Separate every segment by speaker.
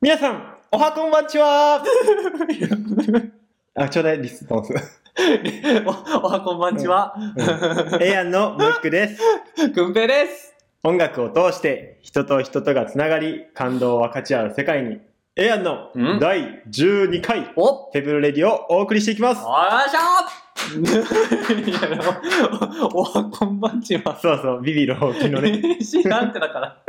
Speaker 1: 皆さん、おはこんばんちはあ、ちょうだい、リスポンス。
Speaker 2: おおはこんばんちは。
Speaker 1: エアンのムックです。
Speaker 2: くんぺいです。
Speaker 1: 音楽を通して、人と人とがつながり、感動を分かち合う世界に、エアンの
Speaker 2: ん
Speaker 1: 第12回、
Speaker 2: お
Speaker 1: テーブルレディをお送りしていきます。
Speaker 2: およいしょいやおおはこんばんちは。
Speaker 1: そうそう、ビビるほうきのね。
Speaker 2: 知らんってだから。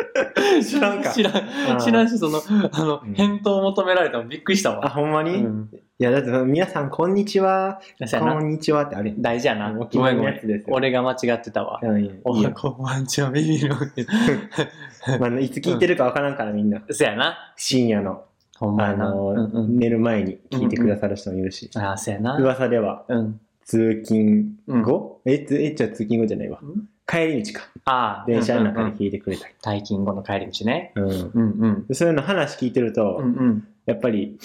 Speaker 1: 知らんか
Speaker 2: 知ら
Speaker 1: ー
Speaker 2: ん。知らんし、その、あの
Speaker 1: うん、
Speaker 2: 返答を求められてもびっくりした
Speaker 1: あ、
Speaker 2: わ。
Speaker 1: ほんま
Speaker 2: う
Speaker 1: に、い
Speaker 2: ん。
Speaker 1: や、だって、皆さん、こんにちは。
Speaker 2: そうや
Speaker 1: こ
Speaker 2: な。
Speaker 1: んにちはってあれ。
Speaker 2: 大事やな。
Speaker 1: お
Speaker 2: ご
Speaker 1: 決ま
Speaker 2: め
Speaker 1: り
Speaker 2: んご
Speaker 1: の
Speaker 2: め
Speaker 1: や
Speaker 2: ん。
Speaker 1: つですよ。
Speaker 2: 俺が間違ってたわ。
Speaker 1: うんいいよ
Speaker 2: おはこんばんちは、ビビる。
Speaker 1: まあ、いつ聞いてるか分からんから、みんな。
Speaker 2: そうやな。
Speaker 1: 深夜の、
Speaker 2: ほんま
Speaker 1: あ
Speaker 2: やな。
Speaker 1: の
Speaker 2: うんうん
Speaker 1: 寝る前に聞いてくださる人もいるし。
Speaker 2: ああ、そうやな。
Speaker 1: 噂では、
Speaker 2: うん。
Speaker 1: 通勤
Speaker 2: うん
Speaker 1: 後、え、つ、え、じゃあ通勤後じゃないわ
Speaker 2: ん。
Speaker 1: 帰り道か。
Speaker 2: ああ。
Speaker 1: 電車の中
Speaker 2: うんうん
Speaker 1: で聞
Speaker 2: うん
Speaker 1: いてくれたり。
Speaker 2: 退勤後の帰り道ね。
Speaker 1: うん。
Speaker 2: うんうん。
Speaker 1: でそういうの話聞いてると、
Speaker 2: うんうん。
Speaker 1: やっぱり、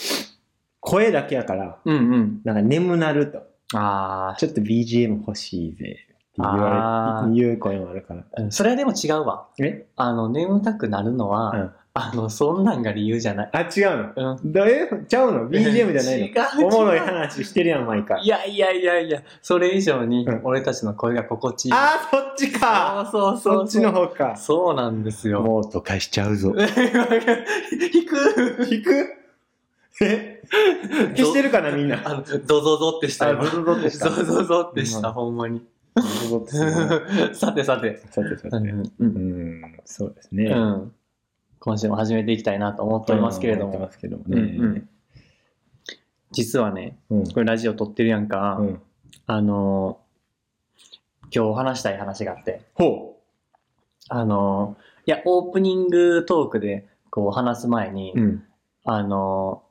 Speaker 1: 声だけやから、
Speaker 2: うんうん。
Speaker 1: なんか眠なると。
Speaker 2: あ
Speaker 1: ちょっと BGM 欲しいぜ。って言
Speaker 2: あ
Speaker 1: わ
Speaker 2: ー
Speaker 1: れ、言う声もあるから。
Speaker 2: あ、うんそれはでも違うわ。
Speaker 1: え
Speaker 2: あの、眠たくなるのは、
Speaker 1: うん
Speaker 2: あの、そんなんが理由じゃない。
Speaker 1: あ、違うの。
Speaker 2: うん。
Speaker 1: どえちゃうの ?BGM じゃない
Speaker 2: 違う違
Speaker 1: の
Speaker 2: う
Speaker 1: おもろい話してるやん、毎回
Speaker 2: い。やいやいやいや、それ以上に
Speaker 1: うん
Speaker 2: 俺たちの声が心地いい。
Speaker 1: あー、そっちか
Speaker 2: そうそうそう。
Speaker 1: そっちの。方か。
Speaker 2: そうなんですよ。。
Speaker 1: もう都会しちゃうぞ
Speaker 2: 引く。
Speaker 1: 聞くえ消してるかな、みんな。
Speaker 2: あの、ドゾゾってした
Speaker 1: あ、
Speaker 2: 今
Speaker 1: ゾゾゾってした。
Speaker 2: ゾゾゾってした、
Speaker 1: う
Speaker 2: ほんまに。
Speaker 1: ゾゾってしたね。
Speaker 2: さてさて。
Speaker 1: さてさて。
Speaker 2: う
Speaker 1: うん
Speaker 2: うん
Speaker 1: ん、そうです
Speaker 2: う
Speaker 1: ね。
Speaker 2: ん。今週も始めていきたいなと思っておりますけれど
Speaker 1: 思って
Speaker 2: も
Speaker 1: ま、すけども
Speaker 2: うんう
Speaker 1: ね
Speaker 2: ん。実はね、
Speaker 1: うん。
Speaker 2: これラジオ撮ってるやんか、
Speaker 1: うん
Speaker 2: あのー今日話したい話があって、
Speaker 1: ほ
Speaker 2: あのーいや、オープニングトークでこう話す前に、
Speaker 1: う。うん。
Speaker 2: あのー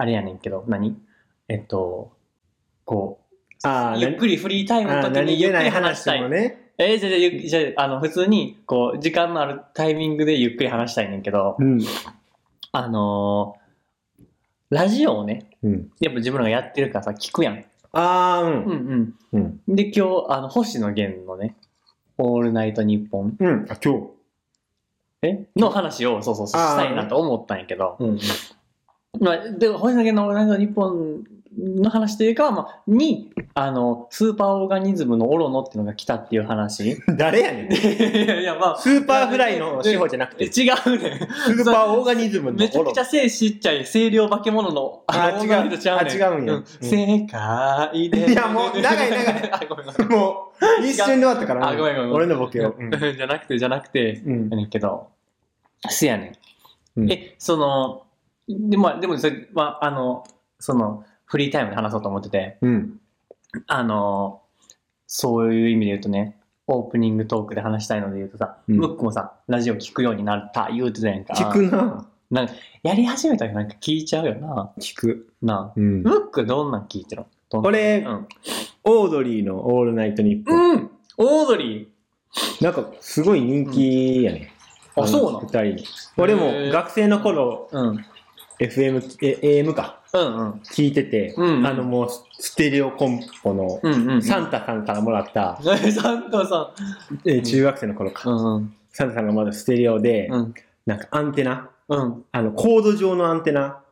Speaker 2: あれやねんけど、何えっと、こ
Speaker 1: あー
Speaker 2: う、ゆっくりフリータイムの
Speaker 1: あー、
Speaker 2: 時
Speaker 1: 何
Speaker 2: に
Speaker 1: 気
Speaker 2: ゆっく
Speaker 1: な
Speaker 2: り
Speaker 1: い
Speaker 2: 話
Speaker 1: 話
Speaker 2: したい。
Speaker 1: もね。
Speaker 2: えーじゃあじゃあゆっじゃあ、あの、普通に、こう、時間のあるタイミングでゆっくり話したいねんけど、
Speaker 1: うん。
Speaker 2: あのーラジオをね、
Speaker 1: うん。
Speaker 2: やっぱ自分らがやってるからさ、聞くやん。
Speaker 1: あー、
Speaker 2: うんうん。
Speaker 1: うん。うん。
Speaker 2: で、今日、あの、星野源のね、オールナイトニッポン
Speaker 1: うん。あ、今日。
Speaker 2: の話を、そうそうそう、
Speaker 1: あー
Speaker 2: したいなと思ったんやけど、
Speaker 1: うん。
Speaker 2: まあ、で、星野源のオールナイトニッポンの話というか、まあ、に、あの、スーパーオーガニズムのオロノっていうのが来たっていう話。 い
Speaker 1: 誰やねん。
Speaker 2: やいや、まあ、
Speaker 1: スーパーフライの司法じゃなくて、ス
Speaker 2: 違うねん。
Speaker 1: ーパーオーガニズムの
Speaker 2: めちゃ
Speaker 1: オ
Speaker 2: く
Speaker 1: ロ
Speaker 2: ちゃ背ちっちゃい清涼化け物の
Speaker 1: あ
Speaker 2: の
Speaker 1: 違う
Speaker 2: オーガニズムちゃうね
Speaker 1: あ違うんやうん
Speaker 2: 世界で
Speaker 1: いやもう長い長い
Speaker 2: あごめんごめん
Speaker 1: もう、一瞬で終わったから、
Speaker 2: あごめんごめん
Speaker 1: 俺のボケを。
Speaker 2: じゃなくてじゃなくて
Speaker 1: うん
Speaker 2: や。ねんけどせやねん、
Speaker 1: うん
Speaker 2: えそので,、まあ、でもそれ、まあ、あのそのフリータイムで話そうと思ってて
Speaker 1: うん。
Speaker 2: あのそういう意味で言うとねオープニングトークで話したいので言うとさ、
Speaker 1: うん
Speaker 2: ムックもさラジオ聞くようになった言うてたやんか
Speaker 1: 聞くな
Speaker 2: やり始めたらなんか聞いちゃうよな
Speaker 1: 聞く。
Speaker 2: なあ
Speaker 1: うん
Speaker 2: ムックどんなん聞いてるのどんなん
Speaker 1: 俺
Speaker 2: うん
Speaker 1: オードリーのオールナイトニッポン。
Speaker 2: うんオードリ
Speaker 1: なんか、すごい人気やね。
Speaker 2: ー。あ、そうなの
Speaker 1: 二人。俺も学生の頃、
Speaker 2: うん。うん
Speaker 1: FM、え AM か、
Speaker 2: うん。
Speaker 1: 聞いてて、
Speaker 2: うん
Speaker 1: あのもう、ステレオコンポの、
Speaker 2: うんうん。
Speaker 1: サンタさんからもらった、
Speaker 2: えサンタさ
Speaker 1: えー中学生の頃か、
Speaker 2: ん。うんうん。
Speaker 1: サンタさんがまだステレオで、
Speaker 2: うん。
Speaker 1: なんかアンテナ、
Speaker 2: うん。
Speaker 1: あの、コード上のアンテナ、
Speaker 2: あ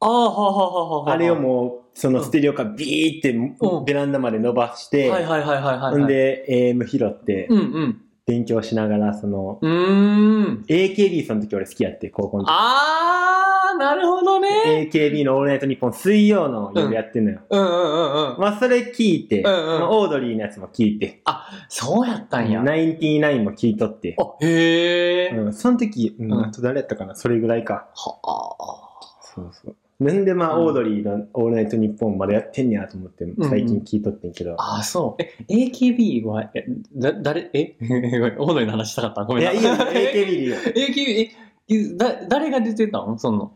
Speaker 2: あ、はあはあはあは
Speaker 1: あれを
Speaker 2: う。
Speaker 1: もう、そのステレオからビーって
Speaker 2: ん
Speaker 1: ベランダまで伸ばして、
Speaker 2: はいはいはいはいはい。
Speaker 1: ほん、で AM 拾って
Speaker 2: うんうん。
Speaker 1: 勉強しながら、その、
Speaker 2: うーん。
Speaker 1: AKB その時俺好きやって、高校の時
Speaker 2: あー、なるほどね。
Speaker 1: AKB の「オールナイトニッポン」水曜の夜やってんのよ、
Speaker 2: うんうんうんうん。
Speaker 1: まあそれ聞いて、
Speaker 2: うんうん
Speaker 1: そのオードリーのやつも聞いて
Speaker 2: そうやったんや。
Speaker 1: ナインティナインも聞いとって、
Speaker 2: あ、へえ。
Speaker 1: うん、その時、うん
Speaker 2: うん
Speaker 1: あと誰やったかなそれぐらいか
Speaker 2: は
Speaker 1: そうそうなんでまあ、
Speaker 2: うん
Speaker 1: オードリーの「オールナイトニッポン」までやってんねやと思って
Speaker 2: うん
Speaker 1: 最近聞いとってんけど、
Speaker 2: あ。あ、そう。え、AKB は、え、だ、誰、え ごめん、オードリーの話したかった。ごめん
Speaker 1: い
Speaker 2: な。
Speaker 1: やいいよ AKB で いいよ
Speaker 2: AKB、え、だ、誰が出てたのその。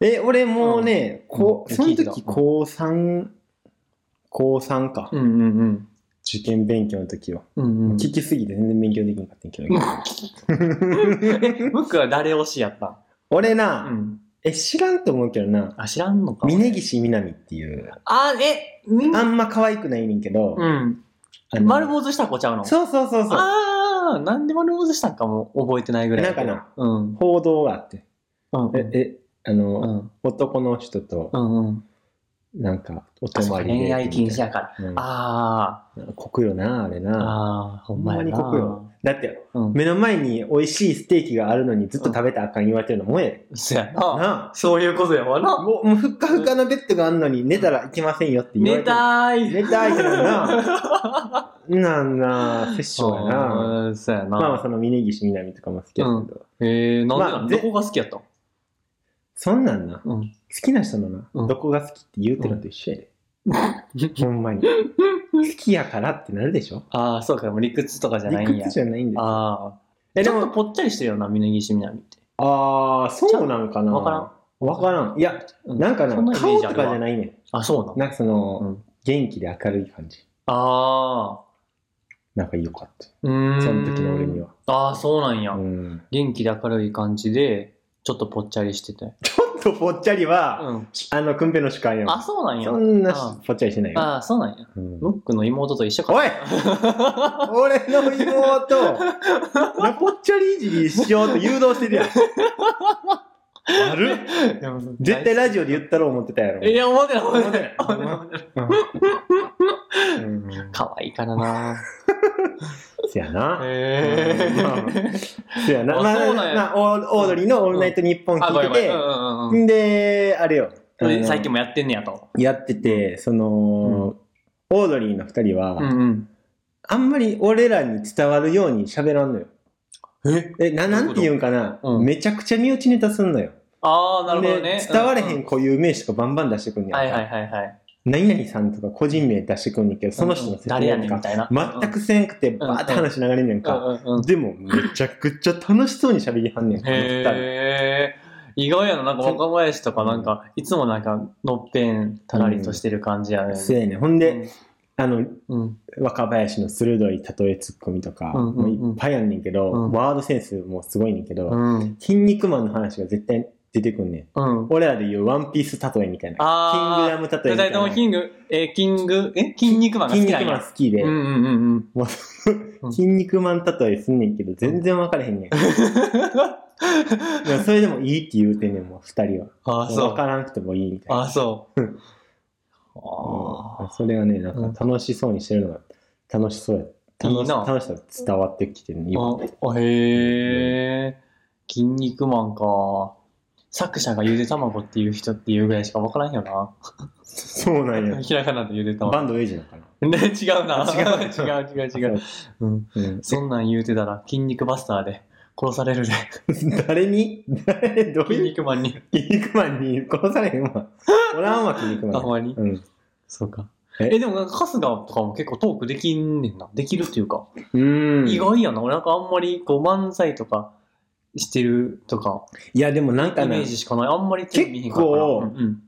Speaker 1: え俺もうね、
Speaker 2: うん
Speaker 1: こ
Speaker 2: うん
Speaker 1: その
Speaker 2: 聞いて
Speaker 1: 時
Speaker 2: た
Speaker 1: 高3高3か、
Speaker 2: うんうんうん。
Speaker 1: 受験勉強の時は、
Speaker 2: うんうん。
Speaker 1: 聞きすぎて全然勉強できなかったんけど、
Speaker 2: ムックは誰推しやったん
Speaker 1: 俺な、
Speaker 2: ん。
Speaker 1: え知らんと思うけどな
Speaker 2: あ、知らんのか。
Speaker 1: 峯岸みなみっていう、
Speaker 2: あ、え、みん
Speaker 1: あんま可愛くないねんけど、
Speaker 2: うん。
Speaker 1: あの
Speaker 2: 丸坊主した子ちゃうのう
Speaker 1: そうそうそうそう
Speaker 2: あー、なんで丸坊主したんかも覚えてないぐらい。
Speaker 1: なんかな。
Speaker 2: うん。
Speaker 1: 報道があって
Speaker 2: うん
Speaker 1: え、え、あの、
Speaker 2: うん
Speaker 1: 男の人と
Speaker 2: う、んうん
Speaker 1: なんか、お
Speaker 2: あ
Speaker 1: 泊
Speaker 2: そう
Speaker 1: ま
Speaker 2: か
Speaker 1: りで。
Speaker 2: 恋愛禁止やから
Speaker 1: うん。
Speaker 2: あ
Speaker 1: こくよな、あれ
Speaker 2: あ
Speaker 1: な。
Speaker 2: ああほんまやな
Speaker 1: ほんまに濃くよだって、
Speaker 2: うん
Speaker 1: 目の前に美味しいステーキがあるのにずっと食べたらあかん言われてるのもえ
Speaker 2: そや
Speaker 1: え。
Speaker 2: な
Speaker 1: な
Speaker 2: そういうことやわ
Speaker 1: あ。
Speaker 2: な
Speaker 1: もう、もうふっかふかのベッドがあんのに寝たらいけませんよって言わ
Speaker 2: 寝
Speaker 1: れてる。
Speaker 2: たーい
Speaker 1: 寝たいってな。 なんな、セッションやな。
Speaker 2: あーそうやな、
Speaker 1: まあまあ、その峯岸みなみとかも好きやけど。
Speaker 2: えー、なんでなの、
Speaker 1: まあで
Speaker 2: どこが好きやったん
Speaker 1: そんなんな。
Speaker 2: うん
Speaker 1: 好きな人のな、
Speaker 2: うん
Speaker 1: どこが好きって言うてるのと一緒やで。ほんま に。好きやからってなるでしょ
Speaker 2: ああそうかもう理屈とかじゃないん
Speaker 1: 理
Speaker 2: や
Speaker 1: 屈じゃないんですよ。
Speaker 2: ああ
Speaker 1: え、
Speaker 2: ち
Speaker 1: で
Speaker 2: ょっと
Speaker 1: も、
Speaker 2: ぽっちゃりしてるよな峯岸みなみって
Speaker 1: ああ、そうなんかな。
Speaker 2: わからん。
Speaker 1: わからん。いや、
Speaker 2: うん
Speaker 1: なんかな、
Speaker 2: そんなイメ
Speaker 1: 顔
Speaker 2: ー
Speaker 1: と
Speaker 2: ジあ
Speaker 1: か
Speaker 2: る
Speaker 1: じ
Speaker 2: わ
Speaker 1: ゃないねん。
Speaker 2: あそうなの
Speaker 1: なんかその、
Speaker 2: うん
Speaker 1: 元気で明るい感じ。
Speaker 2: ああ
Speaker 1: なんか良かった。
Speaker 2: うーん
Speaker 1: その時の俺には。
Speaker 2: ああそうなんや、
Speaker 1: うん。
Speaker 2: 元気で明るい感じでちょっとぽっちゃりしてて
Speaker 1: ちょっとぽっちゃりは、
Speaker 2: うん
Speaker 1: あの、くんぺの主観や
Speaker 2: あ
Speaker 1: ん。
Speaker 2: そうなんや
Speaker 1: そんな
Speaker 2: あ
Speaker 1: ぽっちゃりしてないよ。
Speaker 2: ああそうなんや
Speaker 1: うん
Speaker 2: ムックの妹と一緒か
Speaker 1: おい俺の妹、なぽっちゃりいじりしようと誘導してるやん。悪っ
Speaker 2: いやもう
Speaker 1: 絶対ラジオで言ったろう思ってたやろ。
Speaker 2: いや思ってない思ってない
Speaker 1: 思ってないうん。
Speaker 2: 可愛いか らな
Speaker 1: せやな。
Speaker 2: へ
Speaker 1: まあ
Speaker 2: え
Speaker 1: せやな。
Speaker 2: あ
Speaker 1: ま
Speaker 2: そうなん
Speaker 1: あ、
Speaker 2: や
Speaker 1: まあオーオードリーのオールナイトニッポン
Speaker 2: あ、ごめ
Speaker 1: 聞
Speaker 2: んごめん。
Speaker 1: いうて
Speaker 2: んうんうん
Speaker 1: て、んで、あれよ。あ
Speaker 2: うん。
Speaker 1: の
Speaker 2: 最近もやってんねやと。
Speaker 1: やってて、その、オードリーの二人は、
Speaker 2: うん
Speaker 1: あんまり俺らに伝わるように喋らんのよ。
Speaker 2: うん。え
Speaker 1: え、な、なんて言うんかな、
Speaker 2: うん
Speaker 1: めちゃくちゃ身内ネタすんのよ。
Speaker 2: ああ、なるほどね
Speaker 1: で。伝われへ
Speaker 2: うん
Speaker 1: 固有名詞とかバンバン出してくんね
Speaker 2: ん。
Speaker 1: やんか
Speaker 2: はいはいはいはい。
Speaker 1: 何々さんとか個人名出してくんねんけど、その人の
Speaker 2: うん誰やねんみ
Speaker 1: か
Speaker 2: たいな。
Speaker 1: 全くせんくて、バーって話流れんねん
Speaker 2: う
Speaker 1: か。
Speaker 2: んうんうん。
Speaker 1: でも、めちゃくちゃ楽しそうに喋りはんねん、この二人。
Speaker 2: へえ。意外やな、なんか若林とかなんか、いつもなんか、のっぺんたらりとしてる感じやね。
Speaker 1: そうやねんほんで、あの、
Speaker 2: うん。
Speaker 1: 若林の鋭い例えツッコミとか、
Speaker 2: うんうんうん
Speaker 1: もういっぱいあんねんけど、
Speaker 2: うん
Speaker 1: ワードセンスもすごいねんけど、
Speaker 2: うん。
Speaker 1: 筋肉マンの話が絶対出てくんねん。
Speaker 2: うん。
Speaker 1: 俺らで言うワンピース例えみたいな。キングダ
Speaker 2: ああ。
Speaker 1: ム例え
Speaker 2: 二
Speaker 1: みた
Speaker 2: 人
Speaker 1: い
Speaker 2: とも
Speaker 1: な。
Speaker 2: キング、え、キング、え、筋肉マンが
Speaker 1: 筋
Speaker 2: 好きなん
Speaker 1: 肉マン
Speaker 2: や。
Speaker 1: 好きで、
Speaker 2: うんうんうん うん。
Speaker 1: もう筋肉マン例えすんねんけど、全然分からへんねん。でもそれでもいいって言うてんねん、もう二人は。
Speaker 2: ああ、そ
Speaker 1: 分
Speaker 2: う
Speaker 1: か。らんくてもいいみたい
Speaker 2: あ
Speaker 1: な。
Speaker 2: あ、そう。
Speaker 1: う
Speaker 2: あ
Speaker 1: んそれがね、な
Speaker 2: うんん
Speaker 1: か楽しそうにしてるのが楽しそうや。
Speaker 2: い
Speaker 1: 楽
Speaker 2: い
Speaker 1: し
Speaker 2: な
Speaker 1: 楽しさが伝わってきてるね、今。
Speaker 2: ああへえ筋肉マンか作者がゆで卵っていう人っていうぐらいしか分からんよな
Speaker 1: そうなんや。
Speaker 2: ひらがなでゆで
Speaker 1: バ
Speaker 2: 卵
Speaker 1: ンドエイジなのかな。
Speaker 2: ね違うな
Speaker 1: 違う
Speaker 2: 違う違う違う、うん、
Speaker 1: うん
Speaker 2: そんなん言うてたら筋肉バスターで殺されるで
Speaker 1: 誰に誰どう
Speaker 2: 筋
Speaker 1: いう
Speaker 2: 肉マンに
Speaker 1: 筋肉マンに殺されへんわ。おらんわ、筋肉マン。
Speaker 2: あ ほんまに
Speaker 1: うん。
Speaker 2: そうか
Speaker 1: え
Speaker 2: えでもなんか春日とかも結構トークできんねんなできるっていうか、
Speaker 1: うん。
Speaker 2: 意外やな俺なんかあんまりこう漫才とかしてるとか
Speaker 1: いや、でもなんか
Speaker 2: イ
Speaker 1: な
Speaker 2: メー、ジしかないあんまりテレビ見へんかったから
Speaker 1: 結構
Speaker 2: うんうん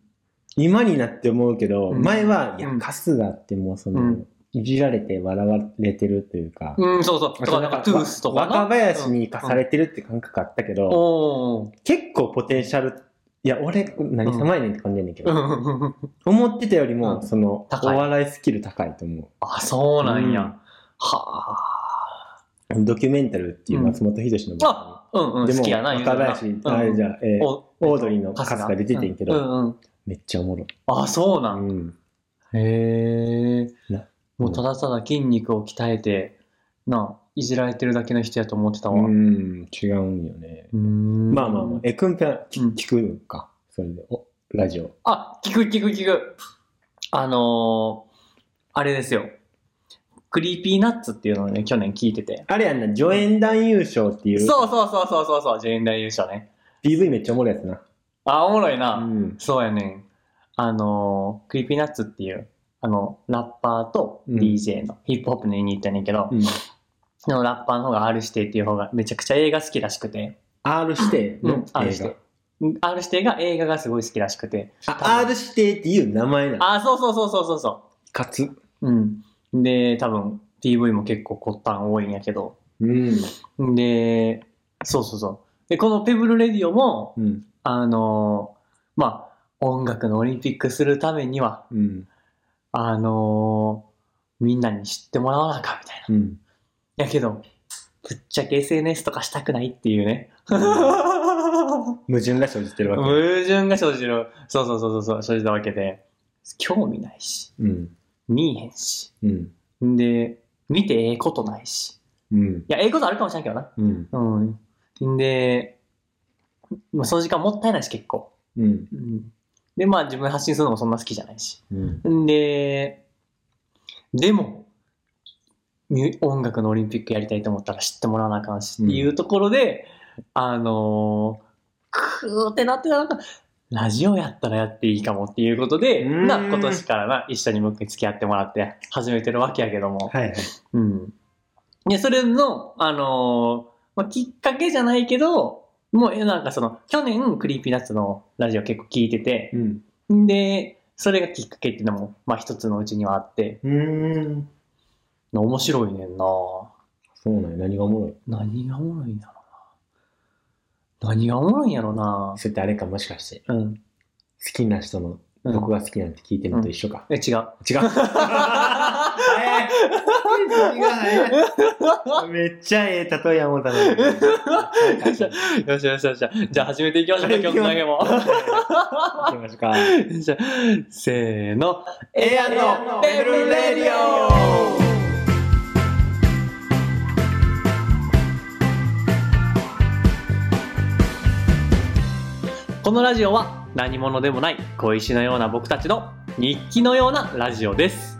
Speaker 1: 今になって思うけど、
Speaker 2: うん
Speaker 1: 前は、いや
Speaker 2: う、ん
Speaker 1: 春日ってもうそうの
Speaker 2: ん、
Speaker 1: いじられて笑われてるというか、
Speaker 2: うん、そうそう。とか、なんか、トゥースとかな。
Speaker 1: 若林に生かされてるって感覚あったけ
Speaker 2: うん。
Speaker 1: ど、
Speaker 2: おー
Speaker 1: 結構ポテンシャル、いや、俺、何様やねんって感じやねんけ
Speaker 2: う
Speaker 1: ど、
Speaker 2: ん。
Speaker 1: 思ってたより
Speaker 2: う
Speaker 1: も、
Speaker 2: ん
Speaker 1: その、お
Speaker 2: 高い
Speaker 1: 笑いスキル高いと思
Speaker 2: あ、そうなんや。
Speaker 1: うん
Speaker 2: は
Speaker 1: う。ドキュメンタルっていう松本人志の
Speaker 2: あ。うんうん、
Speaker 1: で
Speaker 2: 好
Speaker 1: も、
Speaker 2: きやな、
Speaker 1: 若林、
Speaker 2: 言うてな
Speaker 1: あ
Speaker 2: う
Speaker 1: れ
Speaker 2: ん
Speaker 1: じゃあ、えー
Speaker 2: お
Speaker 1: オードリーのカスが出ててんけど
Speaker 2: うんうん。
Speaker 1: めっちゃおもろい。
Speaker 2: あ、そうなん。
Speaker 1: ん。
Speaker 2: へえ
Speaker 1: な。
Speaker 2: もう、ただただ筋肉を鍛えて、な、いじられてるだけの人やと思ってた
Speaker 1: う、
Speaker 2: わ。うん
Speaker 1: 違うんよね。
Speaker 2: ーん
Speaker 1: まあまあまあ、え、くんぴゃ、
Speaker 2: うん
Speaker 1: 聞くのか。それで、お、ラジオ。
Speaker 2: あ、聞く聞く聞く。あのー、あれですよ。クリーピーナッツっていうのをね、去年聞いてて。
Speaker 1: あれやんな、助演男優賞っていう、
Speaker 2: そうそうそうそうそうそう、全員大優勝ね。
Speaker 1: PV めっちゃおもろいやつな。
Speaker 2: あ、おもろいな。
Speaker 1: うん。
Speaker 2: そうやねん。あのー、クリーピーナッツっていう、あの、ラッパーと
Speaker 1: うん
Speaker 2: DJ のヒップホップのユニットやねんけど、
Speaker 1: うん、
Speaker 2: そのラッパーの方が R 指定っていう方がめちゃくちゃ映画好きらしくて、
Speaker 1: R 指定
Speaker 2: う
Speaker 1: の
Speaker 2: ん
Speaker 1: 映、画
Speaker 2: R 指定。うん R 指定が映画がすごい好きらしくて、
Speaker 1: あ、R 指定っていう名前なの。
Speaker 2: あ、そうそうそうそうそうそ
Speaker 1: かつ。
Speaker 2: う。うん。で、多分 PV も結構骨端多いんやけど、
Speaker 1: うん。
Speaker 2: で、そうそうそう。で、このペブルレディオも、
Speaker 1: うん。
Speaker 2: あのーまあ、音楽のオリンピックするためには、
Speaker 1: うん。
Speaker 2: あのーみんなに知ってもらわなあかんみたい
Speaker 1: うん。
Speaker 2: な。やけど、ぶっちゃけ SNS とかしたくないっていうね。そうそう。
Speaker 1: 矛盾が生じてるわけ。
Speaker 2: 矛盾が生じる。そうそうそうそうそう、生じたわけで。興味ないし、
Speaker 1: うん。
Speaker 2: 見えへんし。
Speaker 1: うん。
Speaker 2: んで、見てええことないし。
Speaker 1: うん。
Speaker 2: いや、ええことあるかもしれんけどな。
Speaker 1: うん。
Speaker 2: うん。んで、まあ、その時間もったいないし、結構。
Speaker 1: うん。
Speaker 2: うん。で、まあ自分で発信するのもそんな好きじゃないし。
Speaker 1: うん。
Speaker 2: んで、でも、ミュ音楽のオリンピックやりたいと思ったら知ってもらわなあかんしっていうところで、あのー、くーってなってたらなんか、ラジオやったらやっていいかもっていうことで、
Speaker 1: うーん
Speaker 2: な、今年からな、一緒に僕に付き合ってもらって始めてるわけやけども。
Speaker 1: はいはい。
Speaker 2: うん。で、それの、あのーまあ、きっかけじゃないけど、もう、えなんかその、去年、クリーピーナッツのラジオ結構聞いてて、
Speaker 1: うん。
Speaker 2: で、それがきっかけっていうのも、まあ一つのうちにはあって、
Speaker 1: うーん。
Speaker 2: 面白いねんな
Speaker 1: そうなんや。何がおもろい
Speaker 2: 何がおもろいんだろうな何がおもろいんやろうな
Speaker 1: それってあれか、もしかして。
Speaker 2: うん。
Speaker 1: 好きな人の
Speaker 2: うん
Speaker 1: どこが好きなんて聞いてるのと一緒か。
Speaker 2: え、違う。
Speaker 1: 違う。 早い次が 早 いめっちゃええ例えや思ったのに。
Speaker 2: よしよしよし。じゃあ始めていきましょうか、曲投げも。
Speaker 1: 行きましょうか。
Speaker 2: じゃあせーの。
Speaker 1: エアのベルレディオ
Speaker 2: このラジオは何者でもない小石のような僕たちの日記のようなラジオです。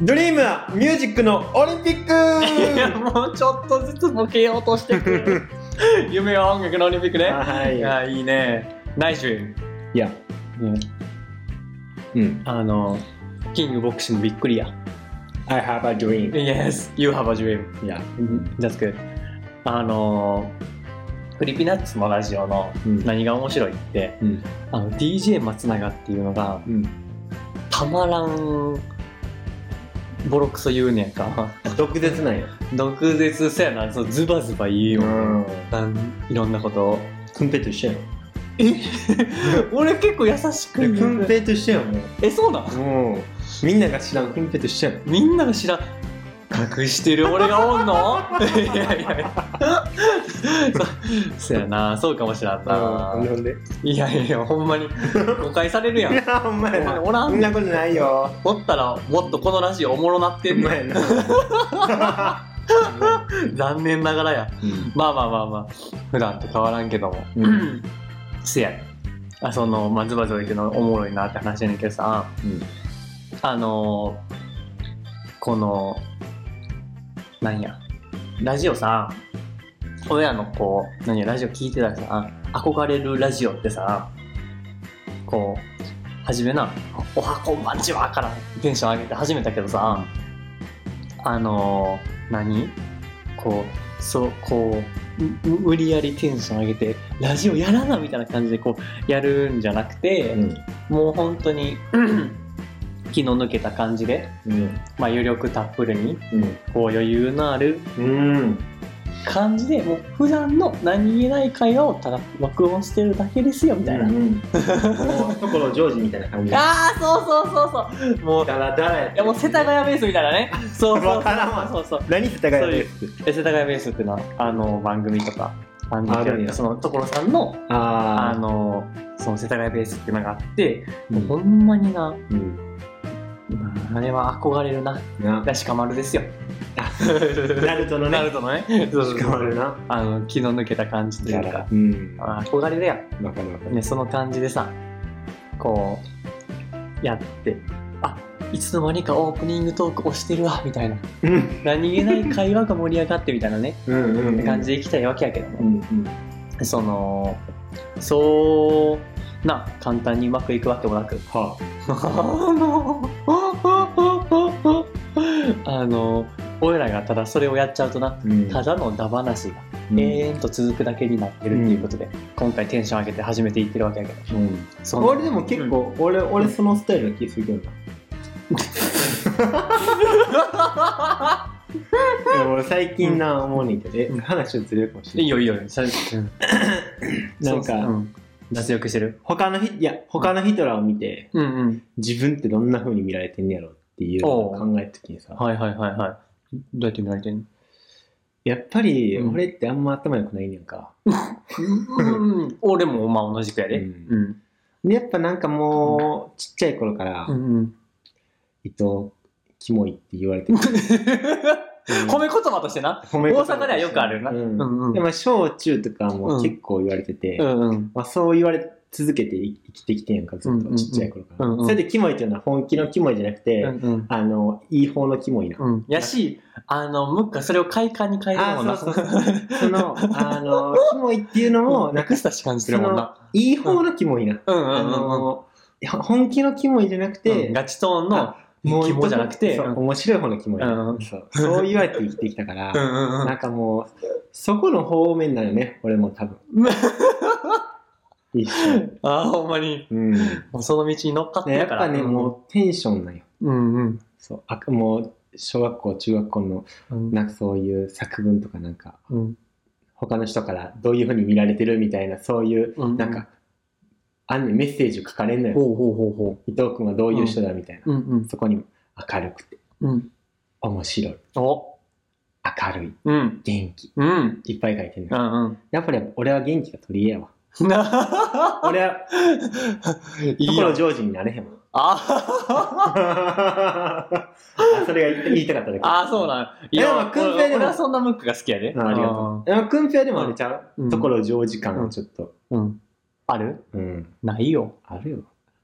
Speaker 1: ドリームはミュージックのオリンピッ
Speaker 2: いや、
Speaker 1: ク
Speaker 2: もうちょっとずつボケようとしてくる。 夢は音楽のオリンピックね。
Speaker 1: はい
Speaker 2: いや、いいね。ナイスウィ
Speaker 1: いや、
Speaker 2: ン。ね
Speaker 1: うん。
Speaker 2: あの、キングボクシングびっくりや。
Speaker 1: I have a dream.
Speaker 2: Yes, you have a dream.
Speaker 1: いや、
Speaker 2: That's good. あの、クリピナッツのラジオの
Speaker 1: うん
Speaker 2: 何が面白いって、
Speaker 1: うん
Speaker 2: あの DJ 松永っていうのが、
Speaker 1: うん。
Speaker 2: たまらんボロクソ言うねん か
Speaker 1: 毒舌なんや。
Speaker 2: 毒舌そうやなそうズバズバ言いよ、なんいろんなことを
Speaker 1: くんぺと一緒やん。
Speaker 2: え 俺結構優しく
Speaker 1: く
Speaker 2: 言うん
Speaker 1: ぺと一緒やん。
Speaker 2: えそうなん
Speaker 1: もう、みんなが知らんくんぺと一緒やん。
Speaker 2: みんなが知らん隠してる俺がおん のいやいやい やそそうやなそうかもしらん
Speaker 1: な
Speaker 2: な、
Speaker 1: んで
Speaker 2: いやいやほんまに誤解されるや
Speaker 1: い
Speaker 2: ん
Speaker 1: や、お前
Speaker 2: おら
Speaker 1: な。
Speaker 2: ん
Speaker 1: そんなことないよ。
Speaker 2: おったらもっとこのラジオおもろなって
Speaker 1: うん
Speaker 2: の
Speaker 1: まいな。
Speaker 2: 残念ながらや
Speaker 1: うん
Speaker 2: まあまあまあまあ普段と変わらんけども、
Speaker 1: う
Speaker 2: せやあその、まあ、ズバズバ言ってのおもろいなって話やねんけどさあのーこのなんやラジオさ親のこう何やラジオ聞いてたらさ憧れるラジオってさこう初めな「おはこんばんちは」からテンション上げて始めたけどさあのー何こうそうこうむ無理やりテンション上げてラジオやらなみたいな感じでこうやるんじゃなくて、
Speaker 1: うん。
Speaker 2: もう本 当にうん気の抜けた感じで、
Speaker 1: うん。
Speaker 2: まあ、余力たっぷりにこう余裕のある
Speaker 1: うん。
Speaker 2: 感じでもう普段の何気ない会話をただ録音してるだけですよみ
Speaker 1: み
Speaker 2: たいな、
Speaker 1: ところジョージみたいな感じだ
Speaker 2: ああそうそうそうそうもうい
Speaker 1: らだらやって
Speaker 2: やもう世田谷ベースみたいなねそうそう
Speaker 1: わからんわ
Speaker 2: そうそうそう
Speaker 1: 何世田谷です
Speaker 2: え世田谷ベースっていうのはあの番組とかあの
Speaker 1: あるんや
Speaker 2: その所さんのあ
Speaker 1: あ
Speaker 2: のその世田谷ベースっていうのがあって、
Speaker 1: ー
Speaker 2: ほんまにな
Speaker 1: うん
Speaker 2: あれは憧れるな
Speaker 1: な
Speaker 2: しかま るですよ。
Speaker 1: ナルトのね
Speaker 2: ナルトのね。そうそうそう
Speaker 1: 変わるな
Speaker 2: あの気の抜けた感じというか、
Speaker 1: うんわ
Speaker 2: あ憧れだよ。
Speaker 1: かるわかる
Speaker 2: ね、その感じでさ、こう、やって、あいつの間にかオープニングトーク押してるわ、みたいな。
Speaker 1: うん
Speaker 2: 何気ない会話が盛り上がってみたいなね、
Speaker 1: うんうんうん
Speaker 2: 感じでいきたいわけやけど
Speaker 1: う
Speaker 2: ね。
Speaker 1: んうん
Speaker 2: その、そうな、簡単にうまくいくわけもなく。
Speaker 1: は
Speaker 2: あの、あの、俺らがただそれをやっちゃうとな、
Speaker 1: あうん
Speaker 2: ただのダ話が
Speaker 1: うん
Speaker 2: 永遠と続くだけになってるっていうことで、今回テンション上げて始めていってるわけやけど。
Speaker 1: うん
Speaker 2: その
Speaker 1: 俺でも結構俺俺そのスタイルな気するけどなでも俺最近な思うねんけどえ
Speaker 2: うん
Speaker 1: 話ずれるかもし
Speaker 2: い
Speaker 1: れ
Speaker 2: い
Speaker 1: ない
Speaker 2: よいいよ。さうん
Speaker 1: なん
Speaker 2: そうう
Speaker 1: か
Speaker 2: ん脱力してる。
Speaker 1: 他の人いや他の人らを見て
Speaker 2: うんうん。
Speaker 1: 自分ってどんな風に見られてんねやろっていうのを考えた時にさ
Speaker 2: はいはいはいはい。どうやって見られてんの
Speaker 1: やっぱり、
Speaker 2: うん
Speaker 1: 俺ってあんま頭良くないねんか。
Speaker 2: うん、俺もまあ同じくやで。
Speaker 1: う
Speaker 2: うん。
Speaker 1: で、やっぱなんかもう、ちっちゃい頃から、
Speaker 2: うんうん。
Speaker 1: えっと、キモいって言われてる。
Speaker 2: 褒め言葉としてな。
Speaker 1: 褒
Speaker 2: 大
Speaker 1: め言葉として
Speaker 2: 阪ではよくあるな。
Speaker 1: う
Speaker 2: うんんうん。
Speaker 1: で
Speaker 2: うん
Speaker 1: も小中とかも
Speaker 2: うん
Speaker 1: 結構言われてて、
Speaker 2: うん。
Speaker 1: まあ、そう言われ続けて生きてきてんやんかず
Speaker 2: う
Speaker 1: っ
Speaker 2: んうんう
Speaker 1: と
Speaker 2: ん
Speaker 1: ちっちゃい頃から、
Speaker 2: うんうん
Speaker 1: それでキモいっていうのは本気のキモいじゃなくて、
Speaker 2: うんうん。
Speaker 1: あのいい方のキモいな、
Speaker 2: うん、やし、あの、ムックはそれを快感に変えるもんな。
Speaker 1: あそうそうそのあのキモいっていうのもな
Speaker 2: な
Speaker 1: か
Speaker 2: んくしたし感じてるもんな。
Speaker 1: いい方のキモいな、
Speaker 2: うんうん
Speaker 1: あ
Speaker 2: うんうん。
Speaker 1: のいや本気のキモいじゃなくて、
Speaker 2: ガチトーンの、
Speaker 1: もう
Speaker 2: キモじゃなくて
Speaker 1: そう
Speaker 2: うん
Speaker 1: 面白い方のキモいな、
Speaker 2: うん
Speaker 1: そうそう言われて生きてきたから、
Speaker 2: うんうんうん
Speaker 1: なんかもうそこの方面なのね俺も 多分一緒、
Speaker 2: ああ、ほんまに。
Speaker 1: うん、ね
Speaker 2: もうその道に乗っかって
Speaker 1: や
Speaker 2: る
Speaker 1: っ
Speaker 2: から。
Speaker 1: ぱね、もうテンションなんよ
Speaker 2: う。うんうん。
Speaker 1: そうあもう小学校中学校の
Speaker 2: うん
Speaker 1: なんかそういう作文とかなんか
Speaker 2: うん
Speaker 1: 他の人からどういうふうに見られてるみたいなそういう
Speaker 2: うん。
Speaker 1: なんか、あんねんメッセージ書かれんのよ
Speaker 2: ほうほうほうほ
Speaker 1: 伊藤君はどういう人だみたいな、
Speaker 2: う。うん
Speaker 1: そこにも明るくて
Speaker 2: うん。うん。
Speaker 1: 面白い
Speaker 2: お
Speaker 1: 明るい
Speaker 2: うん。
Speaker 1: 元気
Speaker 2: うん。
Speaker 1: いっぱい書いてる
Speaker 2: う
Speaker 1: のよ
Speaker 2: ん うん。
Speaker 1: やっぱり俺は元気が取り柄やわ俺は
Speaker 2: いい
Speaker 1: 心
Speaker 2: よ。
Speaker 1: ジョージになれへんわ
Speaker 2: あ
Speaker 1: あそれが言いたかっただけ
Speaker 2: あ、そうなん
Speaker 1: い
Speaker 2: い
Speaker 1: や
Speaker 2: や
Speaker 1: まあ、訓
Speaker 2: 俺
Speaker 1: 練でも
Speaker 2: 俺はそんなムックが好きやで。
Speaker 1: あありがとう。くんぴょうでもあれちゃ
Speaker 2: うん
Speaker 1: うところジョージ感がちょっと。
Speaker 2: う。うん。ある
Speaker 1: うん。
Speaker 2: ないよ。
Speaker 1: あるよ。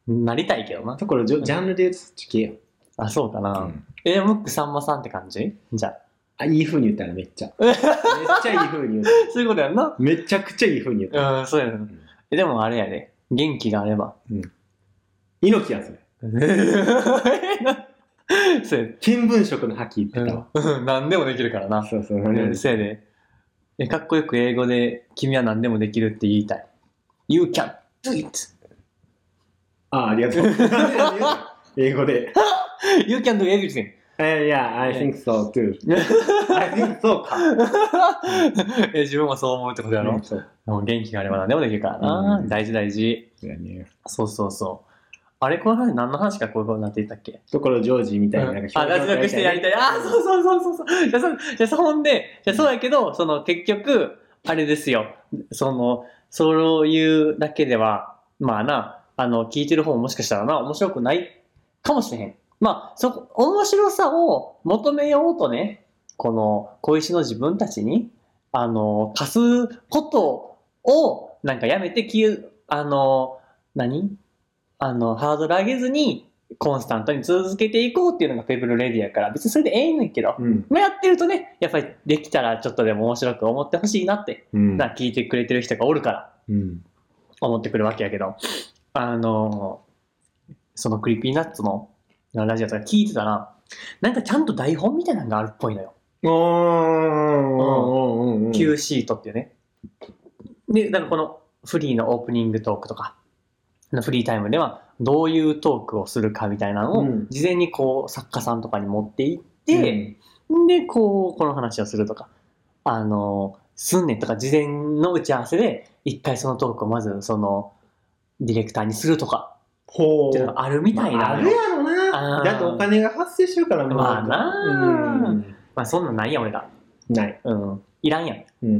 Speaker 2: なりたいけどな。
Speaker 1: ところジョジャンルで言うとそっち系よ。
Speaker 2: あ、そうかな。
Speaker 1: うん
Speaker 2: えー、ムックさんまさんって感じじゃあ。
Speaker 1: あ、いい風に言ったらめっちゃ。めっちゃいい風に言う
Speaker 2: そういうことやんな。
Speaker 1: た。めちゃくちゃいい風に言った。
Speaker 2: うん、そうやな。えでもあれやで。元気があれば。
Speaker 1: 猪木やそれ。
Speaker 2: そうや
Speaker 1: 見聞色の覇気言ってたわ。
Speaker 2: うん、何でもできるからな。
Speaker 1: そうそう。
Speaker 2: うん、せやで。え、かっこよく英語で、君は何でもできるって言いたい。You can do it!You
Speaker 1: あ、あり がとう。英語で。
Speaker 2: can do everything!
Speaker 1: え、いや、I think so too. I think so か。
Speaker 2: え自分もそう思うってことやろ、
Speaker 1: そう。
Speaker 2: でも元気があれば何でもできるからな。
Speaker 1: うん
Speaker 2: 大事大事。
Speaker 1: だよね
Speaker 2: そうそうそう。あれ、この話、何の話かこういうことになっていったっけ
Speaker 1: ところジョージみたいな。なんか
Speaker 2: あ、脱力してやりたい。あー、そうそうそうそうそう。じゃあそう、じゃあ、そほんで、じゃあ、そうやけど、その、結局、あれですよ。その、そういうだけでは、まあな、あの、聞いてる方ももしかしたらな、面白くないかもしれへん。まあ、そこ、面白さを求めようとね、この、小石の自分たちに、あの、貸すことを、なんかやめてきゅ、あの、何あの、ハードル上げずに、コンスタントに続けていこうっていうのがペブルレディやから、別にそれでええねんけど、
Speaker 1: うん。
Speaker 2: まあ、やってるとね、やっぱりできたらちょっとでも面白く思ってほしいなって、
Speaker 1: うん。
Speaker 2: な、聞いてくれてる人がおるから、
Speaker 1: うん。
Speaker 2: 思ってくるわけやけど、あのーそのクリーピーナッツのラジオとか聞いてたら、なんかちゃんと台本みたいなのがあるっぽいのよ。
Speaker 1: おーおーおーおーおー
Speaker 2: Q シートっていうね。で、なんかこのフリーのオープニングトークとか、フリータイムではどういうトークをするかみたいなの
Speaker 1: う
Speaker 2: を
Speaker 1: ん
Speaker 2: 事前にこう作家さんとかに持って行って、、で、こう、この話をするとか、あの、すんねんとか事前の打ち合わせで一回そのトークをまずそのディレクターにするとか
Speaker 1: ほ
Speaker 2: っ
Speaker 1: う
Speaker 2: ていうの。があるみたい
Speaker 1: まあ、
Speaker 2: な
Speaker 1: あ
Speaker 2: の
Speaker 1: る
Speaker 2: よ。
Speaker 1: やろな
Speaker 2: あー
Speaker 1: だってお金が発生してるからもう
Speaker 2: まあなあ
Speaker 1: うん
Speaker 2: まあそんなんないやん俺ら。
Speaker 1: ない
Speaker 2: うん。 いらんやん。
Speaker 1: うん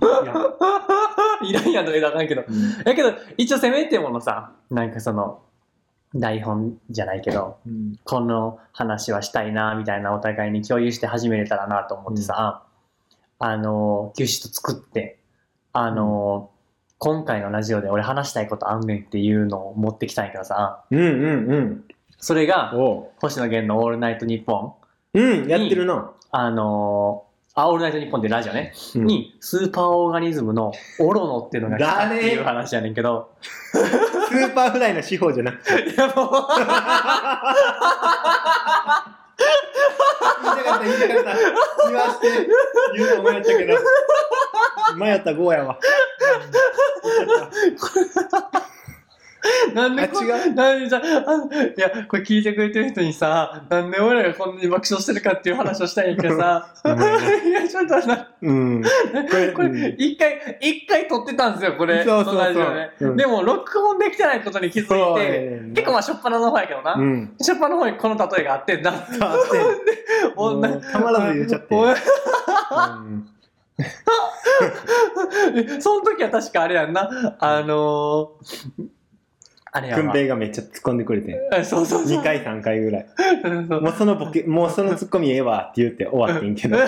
Speaker 1: いや
Speaker 2: いらんやんとかいらないけど。だけど、一応せめてものさ、なんかその、台本じゃないけど、
Speaker 1: うん
Speaker 2: この話はしたいな、みたいなお互いに共有して始めれたらなと思ってさ、あの、休止と作って、あの、今回のラジオで俺話したいことあんねんっていうのを持ってきたんやけどさ、
Speaker 1: うんうんうん
Speaker 2: それが、
Speaker 1: おう
Speaker 2: 星野源のオールナイトニッポン、
Speaker 1: うんやってるな
Speaker 2: あの、あ、オールナイトニッポンってラジオね、
Speaker 1: うん
Speaker 2: に、スーパーオーガニズムのオロノっていうのが来たっていう話やねんけ ど、
Speaker 1: スーパーフライの司法じゃなくて
Speaker 2: いやもう
Speaker 1: 言いたかった言いたかった言わして言うのもやったけど迷った5やわ
Speaker 2: なん
Speaker 1: あ、
Speaker 2: でこ
Speaker 1: 違う
Speaker 2: なんでじゃああいやこれ聞いてくれてる人にさなんで俺らがこんなに爆笑してるかっていう話をしたいんやけどさ
Speaker 1: うん
Speaker 2: いやちょっとな
Speaker 1: うん。これ、
Speaker 2: こ
Speaker 1: うん
Speaker 2: れ、一回、一回撮ってたんですよ、これ。
Speaker 1: そうそうそう
Speaker 2: のラジオね
Speaker 1: うん
Speaker 2: でも、録音できてないことに気づいて、
Speaker 1: そう
Speaker 2: 結構まあ、しょっぱなの方やけどな。
Speaker 1: うん。
Speaker 2: しょっぱなの方にこの例えがあってんな。
Speaker 1: 変わってもう
Speaker 2: 女
Speaker 1: たまらず言っちゃって。
Speaker 2: おい
Speaker 1: うん
Speaker 2: その時は確かあれやんな。あのーあれや
Speaker 1: くん
Speaker 2: わ。
Speaker 1: べいがめっちゃ突っ込んでくれて。
Speaker 2: えそうそうそう。
Speaker 1: 2回、3回ぐらい。
Speaker 2: そうそう。
Speaker 1: もうそのボケ、もうその突っ込みええわって言って終わってんけど、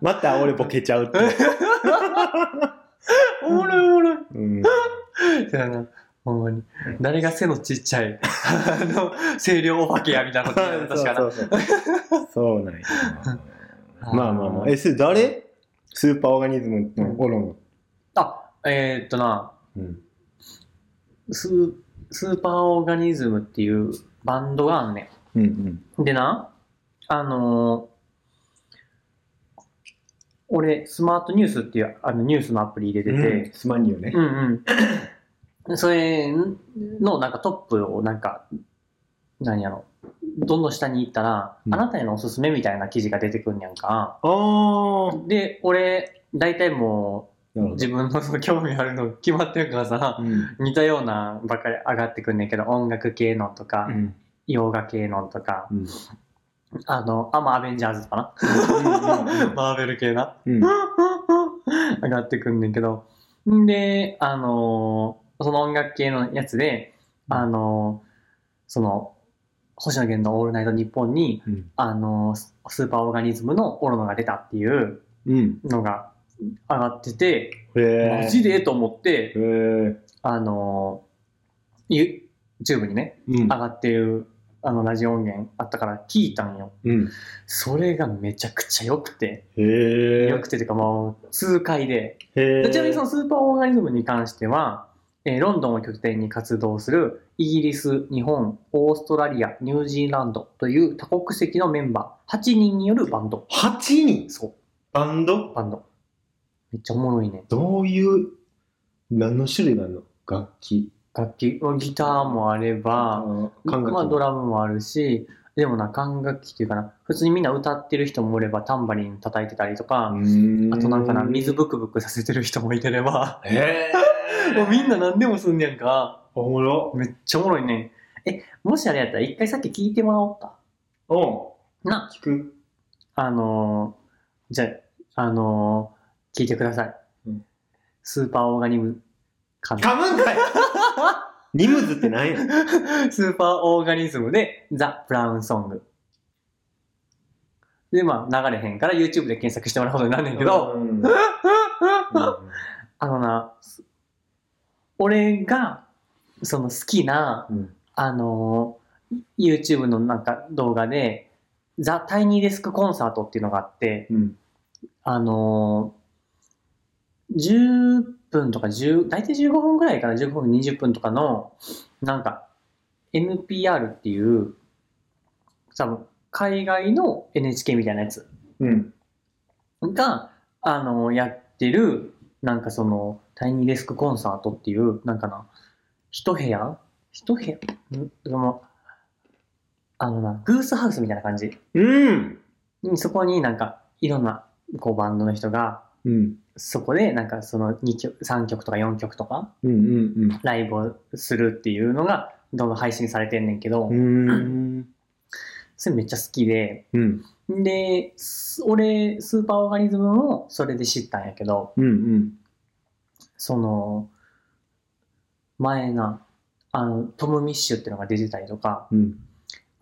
Speaker 1: また俺ボケちゃうって。
Speaker 2: おもろいおもろい。
Speaker 1: うん。
Speaker 2: そうやな。ほんまに。誰が背のちっちゃい、あの、清涼お化けやみたいなことやな確かな。
Speaker 1: そうそうそうそうなんや
Speaker 2: あ。ー
Speaker 1: まあまあまあ。え、それ誰スーパーオーガニズムのオロン。
Speaker 2: あ、えーっとな。
Speaker 1: うん。
Speaker 2: スースーパーオーガニズムっていうバンドがあんね
Speaker 1: うんうん。
Speaker 2: ん。でな、あのー俺、スマートニュースっていうあのニュースのアプリ入れ
Speaker 1: う
Speaker 2: て
Speaker 1: んすまんよね
Speaker 2: て、う。んうん。それのなんかトップをなんか、何やろ、どんどん下に行ったら、
Speaker 1: うん
Speaker 2: あなたへのおすすめみたいな記事が出てくんねやんか。
Speaker 1: あー。
Speaker 2: で、俺、大体も
Speaker 1: な
Speaker 2: う
Speaker 1: るほど
Speaker 2: 自分のその興味あるの決まってるからさ、
Speaker 1: うん
Speaker 2: 似たようなばっかり上がってくんねんけど音楽系のとか、
Speaker 1: うん
Speaker 2: 洋画系のとか
Speaker 1: うん
Speaker 2: あのあまあアベンジャーズかな、 マーベル系な
Speaker 1: うんうん
Speaker 2: 上がってくんねんけどんであのーその音楽系のやつであのーその星野源の「オールナイトニッポン」に
Speaker 1: うん
Speaker 2: あのーススーパーオーガニズムのオロノが出たっていう
Speaker 1: うん
Speaker 2: のが上がってて、
Speaker 1: へえ
Speaker 2: マジでええと思って
Speaker 1: へえう
Speaker 2: あのー YouTube にね
Speaker 1: ん
Speaker 2: 上がってるあのラジオ音源あったから聞いたんよ
Speaker 1: うん
Speaker 2: それがめちゃくちゃ良くて
Speaker 1: へえ
Speaker 2: 良くてというかもう痛快で
Speaker 1: へえ
Speaker 2: でちなみにそのスーパーオーガニズムに関しては、えーロンドンを拠点に活動するイギリス日本オーストラリアニュージーランドという多国籍のメンバー8人によるバンド
Speaker 1: 8人
Speaker 2: そ
Speaker 1: バンド
Speaker 2: うバンドめっちゃおもろいね
Speaker 1: どういう何の種類なの楽器
Speaker 2: 楽器ギターもあれば
Speaker 1: 管楽器
Speaker 2: まあ、ドラムもあるしでもな管楽器っていうかな普通にみんな歌ってる人もおればタンバリン叩いてたりとか、あとなんかな水ぶくぶくさせてる人もいてれば
Speaker 1: へえ
Speaker 2: もうみんな何でもすんねやんか
Speaker 1: おもろ
Speaker 2: めっちゃおもろいねえもしあれやったら一回さっき聞いてもらおうか
Speaker 1: お
Speaker 2: な
Speaker 1: 聞く
Speaker 2: あのー、じゃああのー、聞いてください、
Speaker 1: うん
Speaker 2: スーパーオーガニムかな
Speaker 1: 噛むんかいニムズって何や
Speaker 2: スーパーオーガニズムで、ザ・ブラウンソング。で、まあ、流れへんから YouTube で検索してもらうことになんねんけ ど、
Speaker 1: うんうん
Speaker 2: あのな、す俺が、その好きな、
Speaker 1: うん
Speaker 2: あのー、YouTube のなんか動画で、ザ・タイニーデスクコンサートっていうのがあって、
Speaker 1: うん
Speaker 2: あのー、10分とか10、大体15分ぐらいかな、15分、20分とかの、なんか、NPR っていう、多分、海外の NHK みたいなやつ
Speaker 1: うん
Speaker 2: が、あのーやってる、なんかその、タイニーデスクコンサートっていう、なんかな、一部屋一部屋んでも、あのな、グースハウスみたいな感じ。
Speaker 1: うん
Speaker 2: そこになんか、いろんな、こう、バンドの人が、
Speaker 1: うん
Speaker 2: そこでなんかその2曲3曲とか4曲とか
Speaker 1: うんうん
Speaker 2: ライブをするっていうのがどんどん配信されてんねんけど、
Speaker 1: うんうん
Speaker 2: それめっちゃ好きで
Speaker 1: うん
Speaker 2: でス俺スーパーオーガニズムもそれで知ったんやけど
Speaker 1: うんうん
Speaker 2: その前なあのトム・ミッシュってのが出てたりとか
Speaker 1: うん。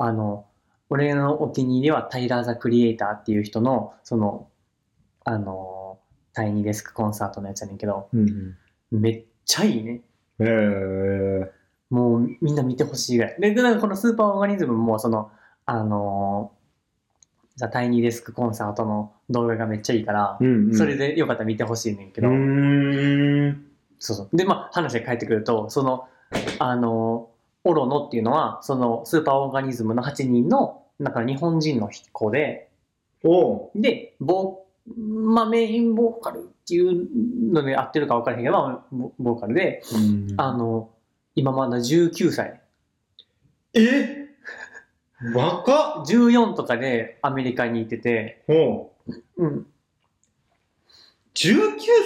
Speaker 2: あの俺のお気に入りはタイラー・ザ・クリエイターっていう人のそのあのタイニーデスクコンサートのやつやねんけど
Speaker 1: うん。
Speaker 2: めっちゃいいね
Speaker 1: へえ。
Speaker 2: もうみんな見てほしいぐらい。で、でなんかこのスーパーオーガニズムも、その、あのーザ・タイニーデスクコンサートの動画がめっちゃいいから、
Speaker 1: うん、うん。
Speaker 2: それでよかったら見てほしいねんけ
Speaker 1: う
Speaker 2: ど、
Speaker 1: ーん。
Speaker 2: そうそう。で、まあ話が返ってくると、その、あのーオロノっていうのは、そのスーパーオーガニズムの8人の、なんか日本人の子で、
Speaker 1: おう。
Speaker 2: で、ボー、まあメインボーカルっていうので合ってるか分からへんけど、まあボボーカルで、
Speaker 1: うん
Speaker 2: あの、今まだ19歳。
Speaker 1: え若っ
Speaker 2: 14とかでアメリカに行ってて、
Speaker 1: ほう。
Speaker 2: うん、
Speaker 1: 19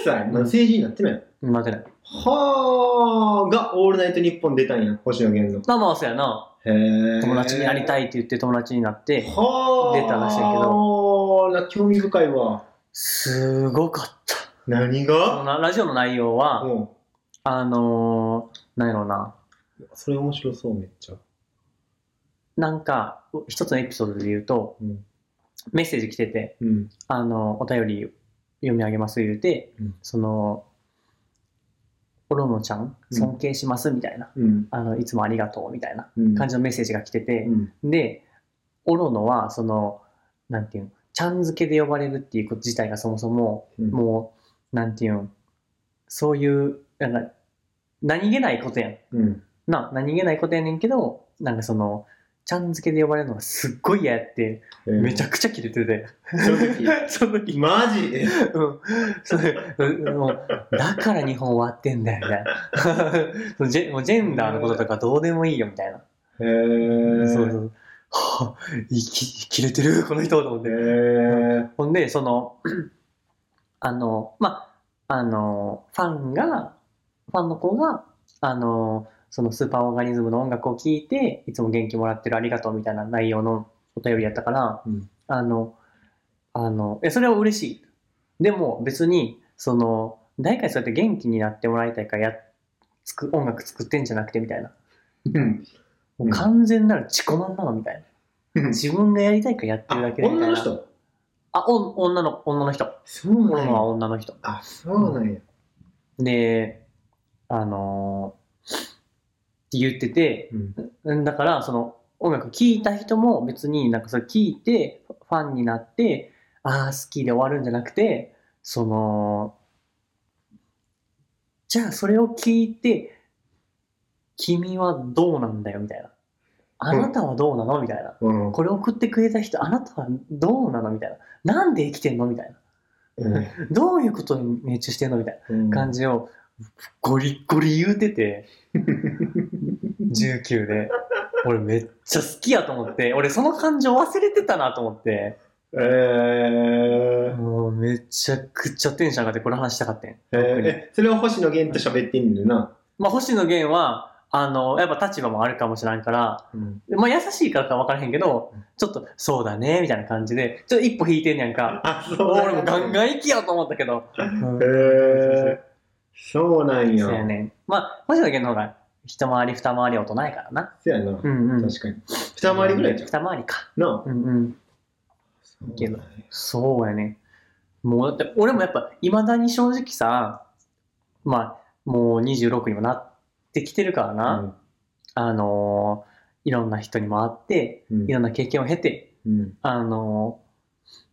Speaker 1: 歳まだ成人になってない。
Speaker 2: 待てない。
Speaker 1: はーが、オールナイトニッポン出たんや、星野源の。
Speaker 2: まあまあ、そうやな。
Speaker 1: へー
Speaker 2: 友達になりたいって言って友達になって、
Speaker 1: はー
Speaker 2: 出たらしいけ
Speaker 1: ど。な、興味深いわ。
Speaker 2: すごかった。
Speaker 1: 何
Speaker 2: その
Speaker 1: が
Speaker 2: なラジオの内容は、
Speaker 1: うん。
Speaker 2: あのー、なんやろうな。
Speaker 1: それ面白そう、めっちゃ。
Speaker 2: なんか、う一つのエピソードで言うと、
Speaker 1: うん
Speaker 2: メッセージ来てて、
Speaker 1: うん。
Speaker 2: あの、お便り読み上げます言うて、
Speaker 1: うん
Speaker 2: その、オロノちゃん、
Speaker 1: うん
Speaker 2: 尊敬しますみたいな、
Speaker 1: うん。
Speaker 2: あの、いつもありがとうみたいな
Speaker 1: うん。
Speaker 2: 感じのメッセージが来てて
Speaker 1: う、ん。
Speaker 2: で、オロノは、その、なんていうの、ちゃん付けで呼ばれるっていうこと自体がそもそも、
Speaker 1: うん
Speaker 2: もう、なんていうの、そういう、なんか、何気ないことやん。
Speaker 1: うん。
Speaker 2: な何気ないことやねんけどなんかそのちゃん付けで呼ばれるのがすっごい嫌やって
Speaker 1: えー
Speaker 2: めちゃくちゃキレてて、
Speaker 1: 正直。
Speaker 2: その時、
Speaker 1: マジで
Speaker 2: うん、それうんもうだから日本終わってんだよみたいなそのジェ もうジェンダーのこととかどうでもいいよみたいな、
Speaker 1: へー
Speaker 2: そうそうはあいきキレてるこの人と思って
Speaker 1: へー
Speaker 2: ほんでその あのまああのファンがファンの子があのそのスーパーオーガニズムの音楽を聴いていつも元気もらってるありがとうみたいな内容のお便りやったから、
Speaker 1: うん
Speaker 2: あのあのえそれは嬉しいでも別にその誰かにそうやって元気になってもらいたいからやつく音楽作ってんじゃなくてみたいな
Speaker 1: うん。
Speaker 2: もう完全なる自己満なのみたいな、
Speaker 1: うん
Speaker 2: 自分がやりたいからやって
Speaker 1: あ
Speaker 2: るだけでみたいな
Speaker 1: 女の人
Speaker 2: あおん女の女の人
Speaker 1: そう
Speaker 2: コロ
Speaker 1: なん
Speaker 2: ナは
Speaker 1: や。
Speaker 2: 女の人。
Speaker 1: あ、そうなんや。
Speaker 2: で、あのーって言ってて、
Speaker 1: うん。
Speaker 2: んだから、その、音楽聴いた人も別になんかそれ聴いて、ファンになって、ああ、好きで終わるんじゃなくて、その、じゃあそれを聞いて、君はどうなんだよ、みたいな。あなたはどうなのみたいな。
Speaker 1: うん。
Speaker 2: これ送ってくれた人、あなたはどうなのみたいな。なんで生きてんのみたいな。どういうことに熱中してんのみたいな。
Speaker 1: うん
Speaker 2: 感じをゴリッゴリ言うてて19で俺めっちゃ好きやと思って俺その感情忘れてたなと思って
Speaker 1: えー
Speaker 2: もうめちゃくちゃテンション上がってこれ話したかったん
Speaker 1: えーえそれを星野源と喋ってんねんな。
Speaker 2: まあ星野源はあのやっぱ立場もあるかもしれんから、
Speaker 1: うん。
Speaker 2: まあ、優しいからか分からへんけどちょっとそうだねみたいな感じでちょっと一歩引いてんねやんか
Speaker 1: あ、そうなんや
Speaker 2: 俺もガンガン行きやと思ったけど、うん
Speaker 1: へえそうなんや。
Speaker 2: そうやねんまあ星野源の方が一回り二回り音ないからな
Speaker 1: そうやな。
Speaker 2: うんうん
Speaker 1: 確かに。二回りぐらいじゃん。
Speaker 2: 二回りか。
Speaker 1: な
Speaker 2: うんうん。
Speaker 1: あ。
Speaker 2: いけるそうやね。もうだって、俺もやっぱ、いまだに正直さ、まあ、もう26にもなってきてるからな、あのーいろんな人にも会って、
Speaker 1: うん。
Speaker 2: いろんな経験を経て、
Speaker 1: うん。
Speaker 2: あの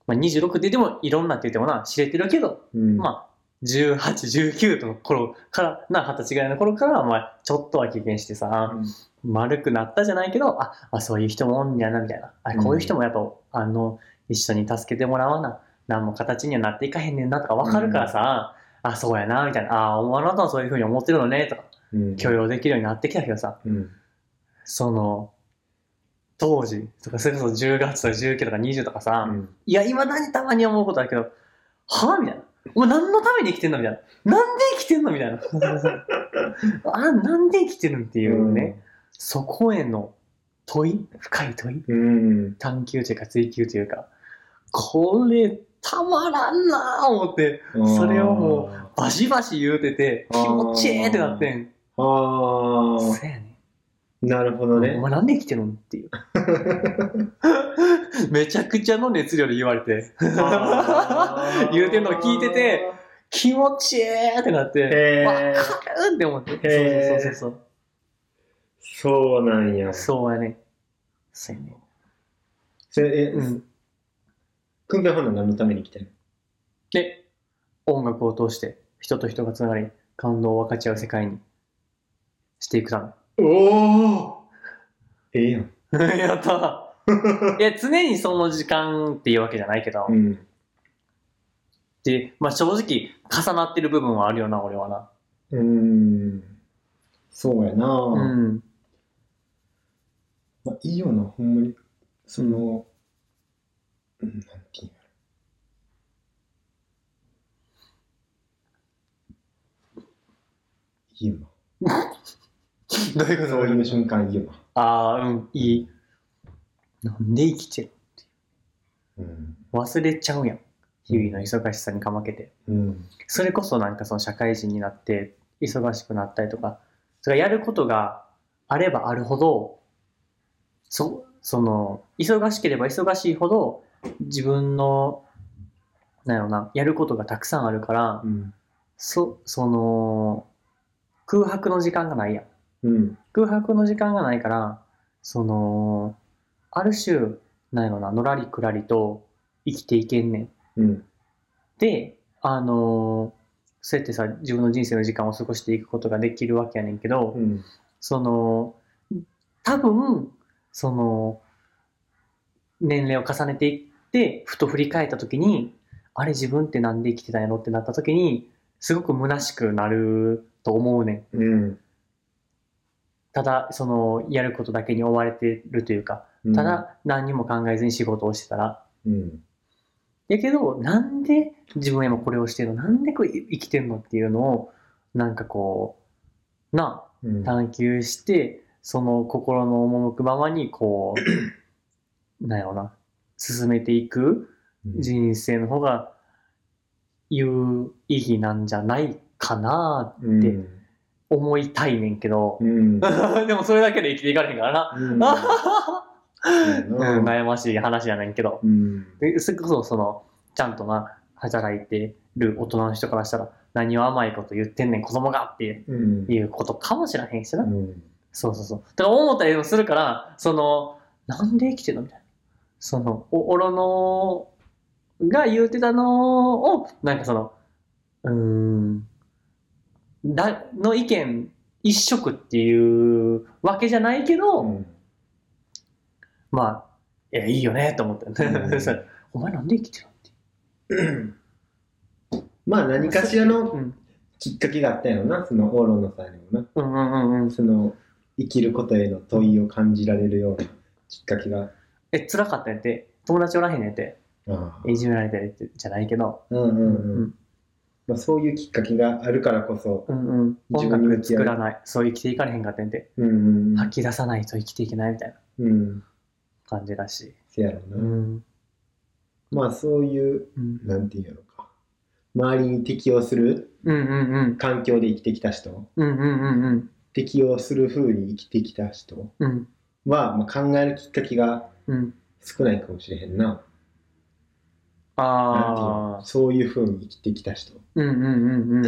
Speaker 2: ーまあ、26ででもいろんなって言ってもな、知れてるけど、
Speaker 1: うん。
Speaker 2: まあ、18、19の頃から、な、20歳ぐらいの頃からは、まあ、ちょっとは経験してさ、
Speaker 1: うん
Speaker 2: 丸くなったじゃないけどああそういう人もおんねやなみたいなあこういう人もやっぱ、あの一緒に助けてもらわな何も形にはなっていかへんねんなとか分かるからさ、あそうやなみたいなああなたはそういうふうに思ってるのねとか
Speaker 1: うん。
Speaker 2: 許容できるようになってきたけどさ
Speaker 1: うん。
Speaker 2: その当時とかそれこそ10月とか19とか20とかさ、
Speaker 1: うん
Speaker 2: いやいまだにたまに思うことあるけどはあみたいなお前何のために生きてんのみたいななんで生きてんのみ たいなあなんで生きてるんっていうね、。そこへの問い深い問い
Speaker 1: うん。
Speaker 2: 探求というか追求というかこれたまらんなあ思ってそれをもバシバシ言うてて気
Speaker 1: あー
Speaker 2: 持ちええってなってん
Speaker 1: う。ああ。
Speaker 2: そうやね
Speaker 1: なるほど
Speaker 2: お
Speaker 1: ね。
Speaker 2: 前なんで生きてるんっていう めちゃくちゃの熱量で言われて言うてんのを聞いてて。気持ちええってなって
Speaker 1: へ
Speaker 2: わ
Speaker 1: え。
Speaker 2: かるって思って
Speaker 1: へー
Speaker 2: そうそうそうそう
Speaker 1: そうなんや。
Speaker 2: そうやねそうやね
Speaker 1: それ、え
Speaker 2: う、ん
Speaker 1: くんべほんの何のために来てんの
Speaker 2: で音楽を通して人と人がつながり感動を分かち合う世界にしていくた
Speaker 1: おおええやん。
Speaker 2: め やったいや常にその時間っていうわけじゃないけど、
Speaker 1: うん。
Speaker 2: で、まあ、正直重なってる部分はあるよな俺はな
Speaker 1: うん。そうやな、
Speaker 2: うん。
Speaker 1: まあ、いいようなほんまにその、うん、なんていうんやろいいよな
Speaker 2: どういう
Speaker 1: そういう瞬間いいよな
Speaker 2: ああ、うん、いい。なんで生きてる
Speaker 1: うん
Speaker 2: 忘れちゃうやん。日々の忙しさにかまけて。
Speaker 1: うん
Speaker 2: それこそなんかその社会人になって忙しくなったりとか、それからやることがあればあるほど、そ、その、忙しければ忙しいほど、自分の、なんやろな、やることがたくさんあるから
Speaker 1: う、ん
Speaker 2: そ、その、空白の時間がないやん。
Speaker 1: うん
Speaker 2: 空白の時間がないから、その、ある種、なんやろな、のらりくらりと生きていけんねん。
Speaker 1: うん
Speaker 2: で、あのーそうやってさ、自分の人生の時間を過ごしていくことができるわけやねんけど、
Speaker 1: うん
Speaker 2: その、多分、その、年齢を重ねていって、ふと振り返った時に、あれ自分ってなんで生きてたんやろってなった時に、すごく虚しくなると思うねん。
Speaker 1: うん
Speaker 2: ただ、その、やることだけに追われてるというか、
Speaker 1: うん
Speaker 2: ただ、何にも考えずに仕事をしてたら、
Speaker 1: うん
Speaker 2: やけど、なんで自分は今これをしてるのなんでこれ生きてるのっていうのを、なんかこう、なあ、
Speaker 1: うん
Speaker 2: 探求して、その心の赴くままに、こう、 なんやろな、進めていく
Speaker 1: うん
Speaker 2: 人生の方が、有意義なんじゃないかな、
Speaker 1: うん
Speaker 2: って思いたいねんけど、
Speaker 1: うんうん
Speaker 2: でもそれだけで生きていかれへんからな。
Speaker 1: そうや
Speaker 2: うん
Speaker 1: な
Speaker 2: 悩ましい話やねんけど。
Speaker 1: うん
Speaker 2: でそれこそそのちゃんとな働いてる大人の人からしたら何を甘いこと言ってんねん子供がって
Speaker 1: うん
Speaker 2: いうことかもしれへんしな、
Speaker 1: うん
Speaker 2: そうそうそうだから思ったりもするからそのなんで生きてるのみたいなそのお俺のが言うてたのをなんかそのうーんだの意見一色っていうわけじゃないけど、
Speaker 1: うん
Speaker 2: まあいやいいよねと思って、
Speaker 1: うん
Speaker 2: そうお前なんで生きてるのって
Speaker 1: まあ何かしらの
Speaker 2: うん
Speaker 1: きっかけがあったんやろなそのオーロンのさんにもな
Speaker 2: うんうんうんうん。
Speaker 1: その生きることへの問いを感じられるようなきっかけが
Speaker 2: え、辛かったんやって。友達おらへんねんやって。
Speaker 1: ああ
Speaker 2: いじめられてるってじゃないけど。
Speaker 1: うんう
Speaker 2: うん
Speaker 1: うん、まあ、そういうきっかけがあるからこそ、
Speaker 2: うんうん。音楽作らない。そう生きていかれへんかってんて。
Speaker 1: うんうん
Speaker 2: 吐き出さないと生きていけないみたいな
Speaker 1: うん、
Speaker 2: 感じだし。
Speaker 1: せやろな、
Speaker 2: うん。
Speaker 1: まあそういう
Speaker 2: うんうん
Speaker 1: なんていうんやろか周りに適応する
Speaker 2: うんうん。
Speaker 1: 環境で生きてきた人
Speaker 2: うんうんうんうん。
Speaker 1: 適応する風に生きてきた人
Speaker 2: うん
Speaker 1: は、まあ、考えるきっかけが
Speaker 2: うん。
Speaker 1: 少ないかもしれへんななんていう
Speaker 2: あ
Speaker 1: の
Speaker 2: あ。
Speaker 1: そういう風に生きてきた人
Speaker 2: うんうんうんうん。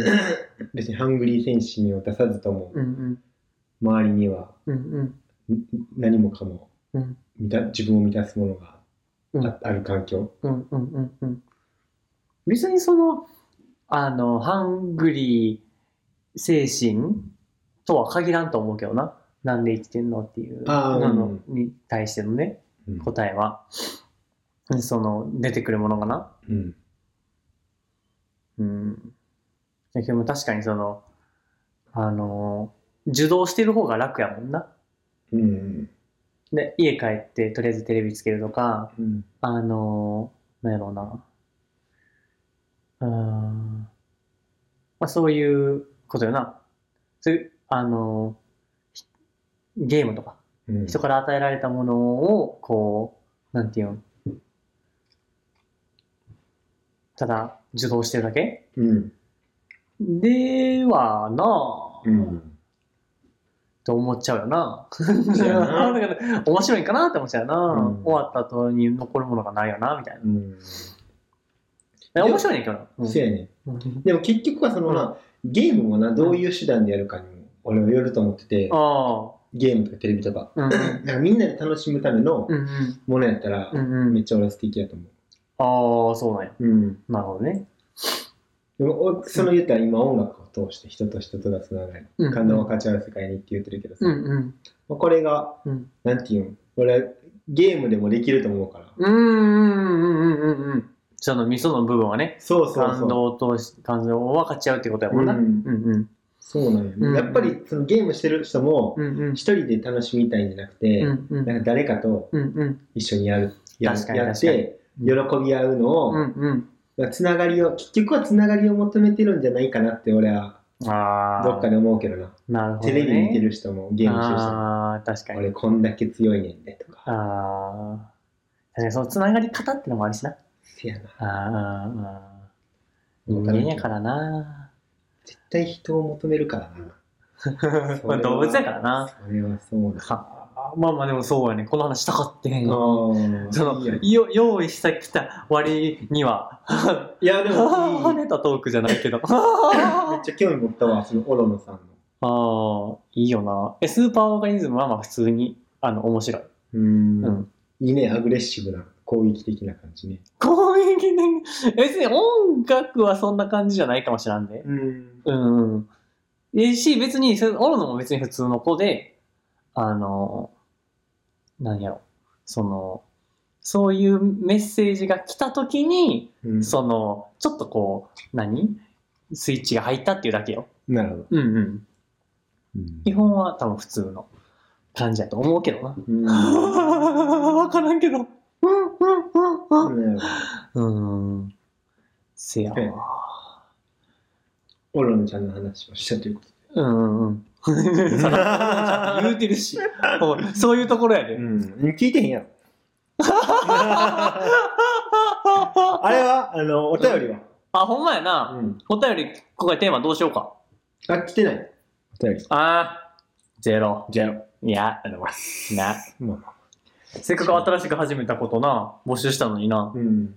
Speaker 1: 別にハングリー精神を出さずとも
Speaker 2: うんうん
Speaker 1: 周りには
Speaker 2: うん
Speaker 1: ん何もかも
Speaker 2: うん
Speaker 1: 満た自分を満たすものが
Speaker 2: うん
Speaker 1: あある環境、
Speaker 2: うんうんうんうん。別にその、あの、ハングリー精神とは限らんと思うけどな。なんで生きてんのっていう
Speaker 1: あー
Speaker 2: ののに対してのね、
Speaker 1: うん
Speaker 2: 答えは。その、出てくるものかな。
Speaker 1: うん
Speaker 2: うん。でも確かにその、あの、受動してる方が楽やもんな。
Speaker 1: うん
Speaker 2: で、家帰ってとりあえずテレビつけるとか、
Speaker 1: うん
Speaker 2: あのー、なんやろうな。うーん。まあ、そういうことよな。そういう、あのー、ひゲームとか、
Speaker 1: うん
Speaker 2: 人から与えられたものを、こう、なんていうん。ただ、受動してるだけ
Speaker 1: うん
Speaker 2: ではなぁ、
Speaker 1: うん
Speaker 2: と思っちゃうよな。
Speaker 1: そうやな
Speaker 2: だから 面白いんかなって思っちゃうよな、
Speaker 1: うん
Speaker 2: 終わった後に残るものがないよな、みたいな。
Speaker 1: うん
Speaker 2: え面白いねんけどな。うん
Speaker 1: そうやね
Speaker 2: うん
Speaker 1: でも結局はその、
Speaker 2: うん
Speaker 1: まあゲームもなどういう手段でやるかにも俺はよると思ってて
Speaker 2: あ
Speaker 1: ゲームとかテレビとか
Speaker 2: あ。うんうん。
Speaker 1: なんかみんなで楽しむための
Speaker 2: うんうん。
Speaker 1: ものやったら、
Speaker 2: うんう
Speaker 1: め
Speaker 2: ん。
Speaker 1: っちゃ俺は素敵やと思
Speaker 2: ああ、そうなんや。
Speaker 1: う、うん、
Speaker 2: なるほどね。
Speaker 1: でもおその言ったら今音楽を通して人と人とがつながり
Speaker 2: うん
Speaker 1: 感動を分かち合う世界にって言ってるけどさ、
Speaker 2: うんうん。
Speaker 1: まあ、これが
Speaker 2: うん
Speaker 1: なんていうん俺はゲームでもできると思うから
Speaker 2: うんうんうんうんうんうん。その味噌の部分はね、
Speaker 1: そうそうそう
Speaker 2: 感動とし感動を分かち合うってことやもんな。
Speaker 1: う
Speaker 2: うんんうん。
Speaker 1: そうなんや、ね
Speaker 2: うん
Speaker 1: やっぱりそのゲームしてる人も
Speaker 2: うんうん
Speaker 1: 一人で楽しみたいんじゃなくて、
Speaker 2: うんうん
Speaker 1: なんか誰かと
Speaker 2: うんうん
Speaker 1: 一緒にやるや
Speaker 2: 確かに
Speaker 1: やっ
Speaker 2: 確かに
Speaker 1: て喜び合うのを、
Speaker 2: うんうん
Speaker 1: まあつながりを結局はつながりを求めてるんじゃないかなって俺は
Speaker 2: ああ
Speaker 1: どっかで思うけどな、
Speaker 2: なるほど、
Speaker 1: テ
Speaker 2: ね、
Speaker 1: レビ見てる人もゲームしてる人も
Speaker 2: ああ確かに
Speaker 1: 俺こんだけ強いねんでとか
Speaker 2: ああ確かにそのつながり方ってのもあるしな
Speaker 1: せやな
Speaker 2: あーあーあー人間やか らな
Speaker 1: 絶対人を求めるからな
Speaker 2: まあ動物やからな
Speaker 1: それはそうだ
Speaker 2: はまあまあでもそうやねこの話したかってん
Speaker 1: あ
Speaker 2: よ
Speaker 1: あ
Speaker 2: そ
Speaker 1: い
Speaker 2: の
Speaker 1: いやんい
Speaker 2: よ用意してきた割 には
Speaker 1: やでも
Speaker 2: 跳
Speaker 1: いい
Speaker 2: ねたトークじゃないけ ど
Speaker 1: めっちゃ興味持ったわそのオロノさんの
Speaker 2: ああ、いいよな。え、スーパーオーガニズムはまあ普通に、あの、面白い。
Speaker 1: うーん
Speaker 2: うん
Speaker 1: いいねアグレッシブな攻撃的な感じね
Speaker 2: 攻撃的。別に 音楽はそんな感じじゃないかもしらんで。
Speaker 1: うん
Speaker 2: うんうん。えし、別に、それオロノも別に普通の子で、あの、なんやろ。その、そういうメッセージが来た時に、
Speaker 1: うん
Speaker 2: その、ちょっとこう、何スイッチが入ったっていうだけよ。
Speaker 1: なるほど、
Speaker 2: うんうん。
Speaker 1: うん
Speaker 2: 基本は多分普通の感じやと思うけどな。
Speaker 1: うん
Speaker 2: わからんけど。うんうん
Speaker 1: なるほど
Speaker 2: うんうん。せやわ。
Speaker 1: オロノちゃんの話をしたということ
Speaker 2: うんうんうん。さら言うてる し。おいそういうところや で。
Speaker 1: ん、聞いてへんやろ。あれは、あの、お便りは、
Speaker 2: あ、ほんまやな。
Speaker 1: うん、
Speaker 2: お便り、今回テーマどうしようか。
Speaker 1: あ、来てない。お便り。
Speaker 2: あー、ゼロ。
Speaker 1: じゃあ、
Speaker 2: いや、な。
Speaker 1: まあまあ
Speaker 2: せっかく新しく始めたことな、募集したのにな。
Speaker 1: うん。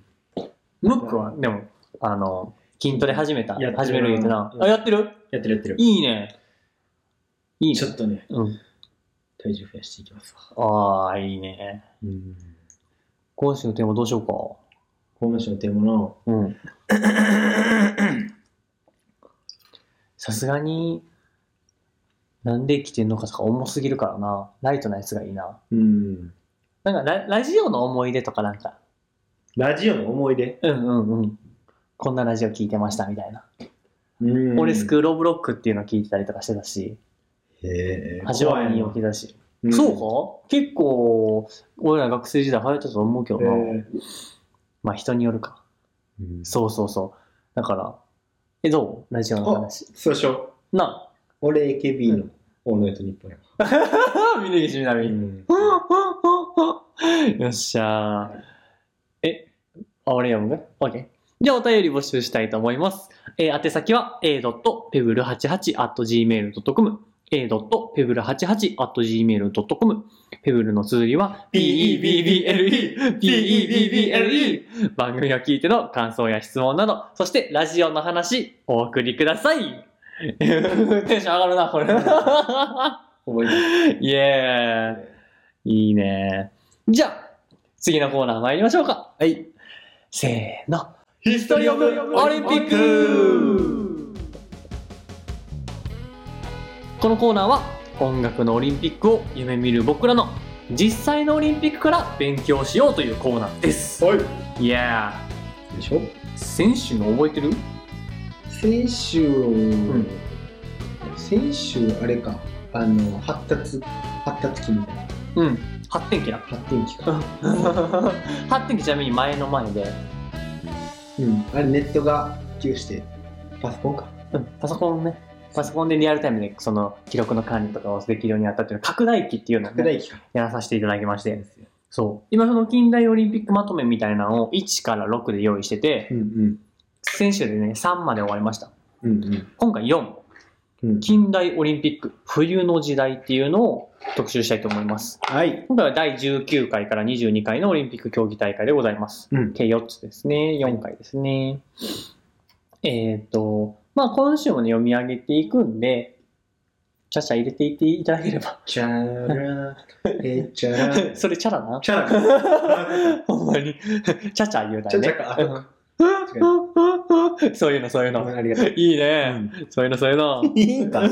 Speaker 2: ムックは、でも、あの、筋トレ始めた
Speaker 1: やって。る
Speaker 2: 始める言うてな。
Speaker 1: うん
Speaker 2: あ、やってる
Speaker 1: やってるやってる。
Speaker 2: いいね。いい
Speaker 1: ちょ
Speaker 2: ね。
Speaker 1: っとね、
Speaker 2: うん。
Speaker 1: 体重増やしていきますわ。
Speaker 2: ああ、いいね。
Speaker 1: うん。
Speaker 2: 今週のテーマどうしよう
Speaker 1: 今週のテーマの、
Speaker 2: か。うん。さすがに、なんで生きてんのかとか重すぎるからな。ライトなやつがいいな。
Speaker 1: うん。
Speaker 2: なんかララジオの思い出とかなんか、
Speaker 1: ラジオの思い出。
Speaker 2: うんうんうん。こんなラジオ聞いてましたみたいな。
Speaker 1: うん
Speaker 2: 俺スクールオブロックっていうの聞いてたりとかしてたし、
Speaker 1: へえ。
Speaker 2: 八割に起
Speaker 1: き
Speaker 2: きたし。そうか結構、俺ら学生時代流行ったと思うけど
Speaker 1: へ
Speaker 2: な。まあ人によるか。
Speaker 1: え。
Speaker 2: そうそうそう。だから、え、どうラジオの話。
Speaker 1: そうしよ
Speaker 2: なあ
Speaker 1: う。俺 AKB のオールナイトニッポンやわ。
Speaker 2: 峯岸みな
Speaker 1: う
Speaker 2: み。
Speaker 1: ん
Speaker 2: よっしゃー。え、あ、俺読むね ?OK。じゃあお便り募集したいと思います。えー宛先は a.pebble88.gmail.com a.pebble88.gmail.com ペブルの綴りは PEBBLE PEBBLE 番組を聞いての感想や質問など、そしてラジオの話お送りください テンション上がるな、これ。
Speaker 1: 覚えてる。
Speaker 2: イエーイいいねじゃあ、次のコーナー参りましょうか。はい。せーの。
Speaker 1: ヒ
Speaker 2: ヒストリーオブオリンピックこのコーナーは、音楽のオリンピックを夢見る僕らの実際のオリンピックから勉強しようというコーナーです。
Speaker 1: はい。
Speaker 2: いや
Speaker 1: でしょ
Speaker 2: ー、選手の覚えてる
Speaker 1: 先週、
Speaker 2: ん
Speaker 1: 先週あれかあの発達発達期みたいな
Speaker 2: うん。発展期な。
Speaker 1: 発展期か、
Speaker 2: 発展期ちなみに前の前で、
Speaker 1: うん、あれネットが普及してパソコンか
Speaker 2: うん、パソコンね。パソコンでリアルタイムでその記録の管理とかをできるようになったっていうのは拡大期っていうのを
Speaker 1: 拡
Speaker 2: ね、
Speaker 1: 大期か
Speaker 2: やらさせていただきまして。
Speaker 1: すよ
Speaker 2: そう。今その近代オリンピックまとめみたいなのを1から6で用意してて
Speaker 1: う、ん
Speaker 2: 先週でね、3まで終わりました。
Speaker 1: うんうん
Speaker 2: 今回4、
Speaker 1: うんうん
Speaker 2: 近代オリンピック、冬の時代っていうのを特集したいと思います。
Speaker 1: はい
Speaker 2: 今回は第19回から22回のオリンピック競技大会でございます。
Speaker 1: うん
Speaker 2: 計4つですね。4回ですね。えーっ、と、まあ今週もね、読み上げていくんで、ちゃちゃ入れていっていただければ。
Speaker 1: チャラえチャラ
Speaker 2: それチャラな
Speaker 1: チャラか
Speaker 2: ほんまに。ちゃちゃ言うだ
Speaker 1: チ
Speaker 2: よ
Speaker 1: ャ
Speaker 2: ね
Speaker 1: チャ。かあそうか
Speaker 2: そういうの、そういう
Speaker 1: ごめん
Speaker 2: の。
Speaker 1: ありがとう
Speaker 2: いいね。そういうの、そういう の。
Speaker 1: いいんか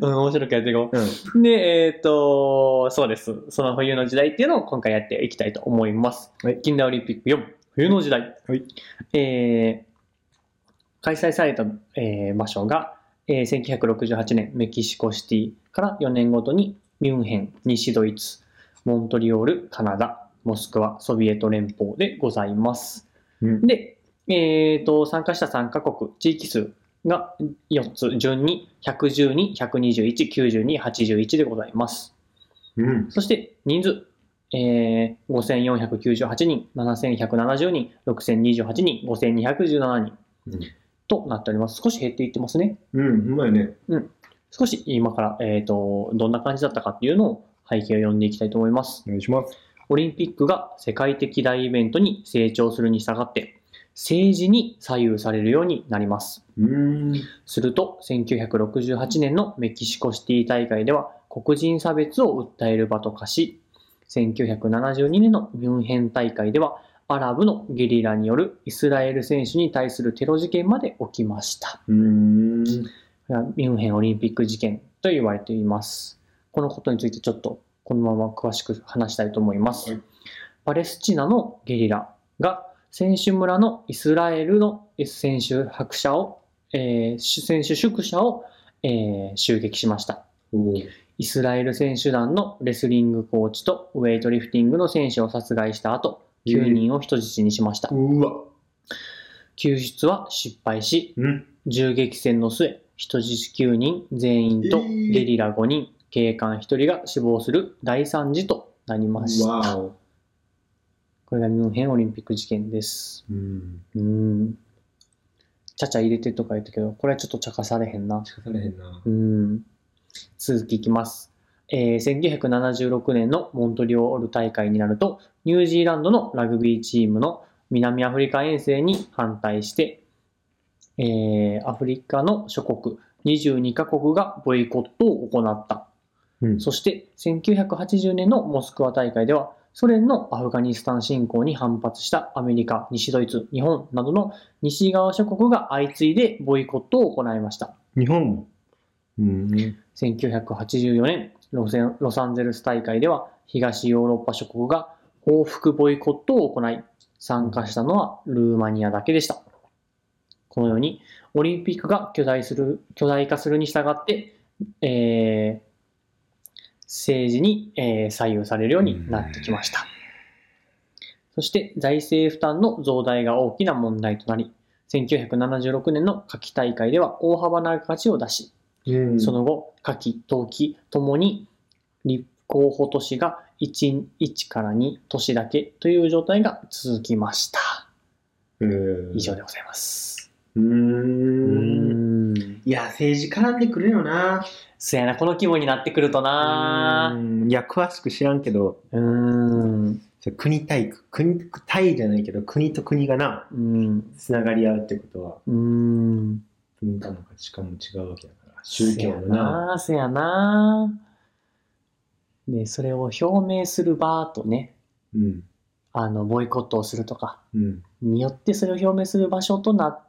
Speaker 2: うん、面白くやっていこ
Speaker 1: うん
Speaker 2: う。で、えっ、と、そうです。その冬の時代っていうのを今回やっていきたいと思います。
Speaker 1: はい
Speaker 2: 近代オリンピック4、冬の時代。
Speaker 1: はい
Speaker 2: えー開催された、えー場所が、えー1968年メキシコシティから4年ごとにミュンヘン、西ドイツ、モントリオール、カナダ、モスクワ、ソビエト連邦でございます。
Speaker 1: うん
Speaker 2: で、えー、と参加した3カ国、地域数が4つ、順に112、121、92、81でございます。
Speaker 1: うん。
Speaker 2: そして人数、えー、5498人、7170人、6028人、5217人
Speaker 1: うん
Speaker 2: となっております。少し減っていってますね。
Speaker 1: うん、うまいね。
Speaker 2: 少し今から、えー、とどんな感じだったかっていうのを背景を読んでいきたいと思います
Speaker 1: お。願いします。
Speaker 2: オリンピックが世界的大イベントに成長するに従って、政治に左右されるようになります。
Speaker 1: うーん。
Speaker 2: すると、1968年のメキシコシティ大会では黒人差別を訴える場と化し、1972年のミュンヘン大会ではアラブのゲリラによるイスラエル選手に対するテロ事件まで起きました。
Speaker 1: うーん。
Speaker 2: これはミュンヘンオリンピック事件と言われています。このことについてちょっとこのまま詳しく話したいと思います。
Speaker 1: はい
Speaker 2: パレスチナのゲリラが選手村のイスラエルの選手白者を、えー選手宿舎を、えー襲撃しました。
Speaker 1: おー
Speaker 2: イスラエル選手団のレスリングコーチとウェイトリフティングの選手を殺害した後、
Speaker 1: えー
Speaker 2: 9人を人質にしました。
Speaker 1: うわ。
Speaker 2: 救出は失敗し、
Speaker 1: うん。
Speaker 2: 銃撃戦の末人質9人全員と
Speaker 1: えー
Speaker 2: ゲリラ5人、警官1人が死亡する大惨事となりまし
Speaker 1: わ
Speaker 2: た
Speaker 1: お。
Speaker 2: これがミュンヘンオリンピック事件です
Speaker 1: うん。
Speaker 2: うーんちゃちゃ入れてとか言ったけどこれはちょっと茶化されへんな
Speaker 1: 仕方ないへんな
Speaker 2: う。ーん続きいきます、えー1976年のモントリオール大会になるとニュージーランドのラグビーチームの南アフリカ遠征に反対して、えーアフリカの諸国22カ国がボイコットを行った
Speaker 1: うん
Speaker 2: そして1980年のモスクワ大会ではソ連のアフガニスタン侵攻に反発したアメリカ、西ドイツ、日本などの西側諸国が相次いでボイコットを行いました。
Speaker 1: 日本も。うん。
Speaker 2: 1984年ロゼンロサンゼルス大会では東ヨーロッパ諸国が報復ボイコットを行い参加したのはルーマニアだけでしたこのようにオリンピックが巨大する巨大化するに従って、えー政治に、えー左右されるようになってきましたそして財政負担の増大が大きな問題となり1976年の夏季大会では大幅な価値を出し
Speaker 1: うん
Speaker 2: その後、夏季、冬季ともに立候補都市が 1, 1から2都市だけという状態が続きました。
Speaker 1: えー
Speaker 2: 以上でございます。
Speaker 1: う
Speaker 2: う
Speaker 1: ーん。
Speaker 2: ん。
Speaker 1: いや、政治絡んでくるよな。
Speaker 2: そやな、この規模になってくると
Speaker 1: う
Speaker 2: な
Speaker 1: ーんいや、詳しく知らんけど、
Speaker 2: うん。
Speaker 1: そう国対国、国対じゃないけど、国と国がな、
Speaker 2: うん。
Speaker 1: つながり合うってことは、
Speaker 2: うん。
Speaker 1: 文化の価値観も違うわけだから、宗教もな。
Speaker 2: な。そやな。で、それを表明する場とね、
Speaker 1: うん。
Speaker 2: あの、ボイコットをするとか、
Speaker 1: うん。
Speaker 2: によってそれを表明する場所となっ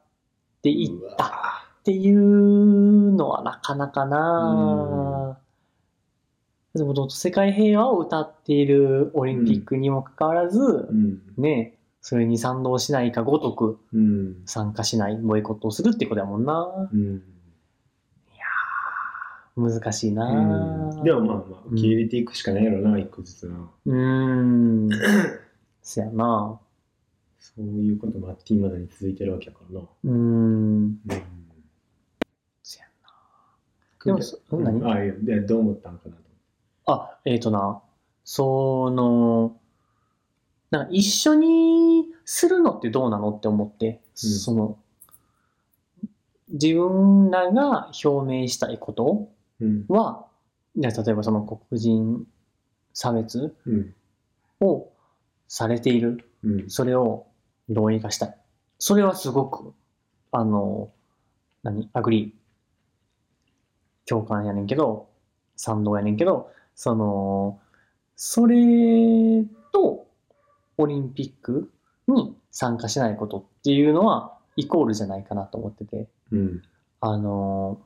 Speaker 2: ていった。
Speaker 1: あ
Speaker 2: っていうのはなかなかなぁでもどんどん世界平和を歌っているオリンピックにもかかわらず、
Speaker 1: うん。
Speaker 2: ねそれに賛同しないかごとく
Speaker 1: うん。
Speaker 2: 参加しないボイコットをするってことやもんな
Speaker 1: うん。
Speaker 2: 難しいなぁ、
Speaker 1: でもまあまあ、受け入れていくしかないやろな、一個ずつな。
Speaker 2: う ーんそやな
Speaker 1: そういうこともあって、今だに続いてるわけだからな。
Speaker 2: うーん
Speaker 1: うん。
Speaker 2: そやでもそ何、
Speaker 1: うん、あいやでどう思ったんかなと。
Speaker 2: あ、えっ、とな、その、なんか一緒にするのってどうなのって思って、
Speaker 1: うん
Speaker 2: その、自分らが表明したいこと
Speaker 1: うん。
Speaker 2: は、じゃあ例えばその黒人差別
Speaker 1: うん。
Speaker 2: をされている、
Speaker 1: うん。
Speaker 2: それをどうにかしたい。それはすごく、あの、何アグリー。共感やねんけど、賛同やねんけど、その、それとオリンピックに参加しないことっていうのはイコールじゃないかなと思ってて、
Speaker 1: うん。
Speaker 2: あの、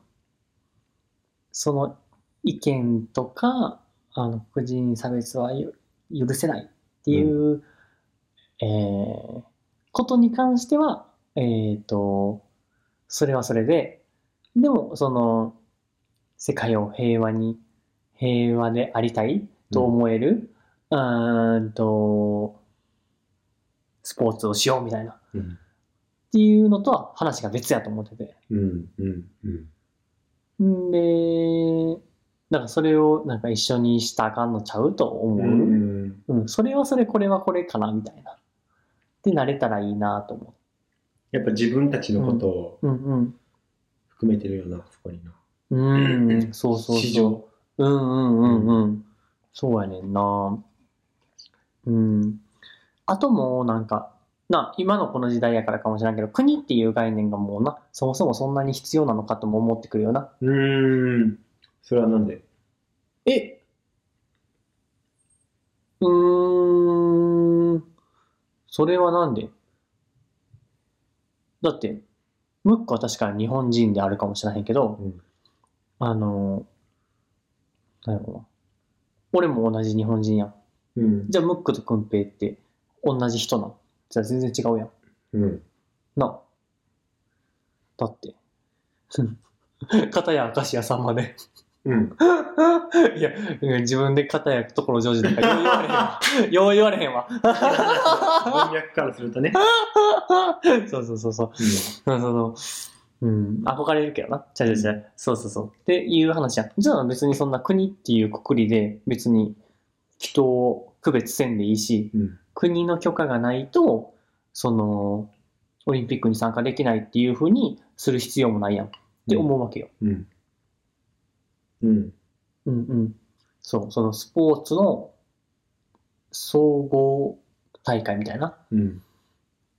Speaker 2: その意見とか、あの、黒人差別はゆ許せないっていう、えーことに関しては、えっ、と、それはそれで、でも、その、世界を平和に、平和でありたいと思える、うーんと、スポーツをしようみたいな、っ
Speaker 1: うん
Speaker 2: ていうのとは話が別やと思ってて。
Speaker 1: うんうんうん
Speaker 2: んで、なんかそれをなんか一緒にしたらあかんのちゃうと思う。
Speaker 1: うん
Speaker 2: うん、それはそれ、これはこれかな、みたいな。で、慣れたらいいなと思
Speaker 1: やっぱ自分たちのことを
Speaker 2: う。うん
Speaker 1: 含めてるよな、そこにな。
Speaker 2: うん。うん、そうそう
Speaker 1: 市
Speaker 2: そう。
Speaker 1: 場。
Speaker 2: うんうんうんうん。そうやねんな。うん。あともうなんか、な、今のこの時代やからかもしれんけど、国っていう概念がもうな、そもそもそんなに必要なのかとも思ってくるよな。
Speaker 1: うーん。それはなんで
Speaker 2: えうーん。それはなんでだって、ムックは確かに日本人であるかもしれへんけど、
Speaker 1: うん
Speaker 2: あの、なんやろうな。俺も同じ日本人やん。
Speaker 1: うん。
Speaker 2: じゃあ、ムックとクンペイって同じ人なんじゃあ全然違うやん。
Speaker 1: うん。
Speaker 2: なあだって。 片や明石家さんまで。
Speaker 1: うん。
Speaker 2: いや、自分で肩焼くところジョージなんかよう言われへ んわ。よう言わ
Speaker 1: 文脈からするとね。
Speaker 2: れへんわ。 そうそうそうそう。その、うん、憧れるけどな。ちゃうちゃうちゃう。そうそうそう。っていう話やん。じゃあ別にそんな国っていうくくりで別に人を区別せんでいいし、
Speaker 1: うん。
Speaker 2: 国の許可がないと、その、オリンピックに参加できないっていうふうにする必要もないやんって思うわけよ。
Speaker 1: うん。うん。
Speaker 2: うんうん。そう、そのスポーツの総合大会みたいなっ
Speaker 1: うん。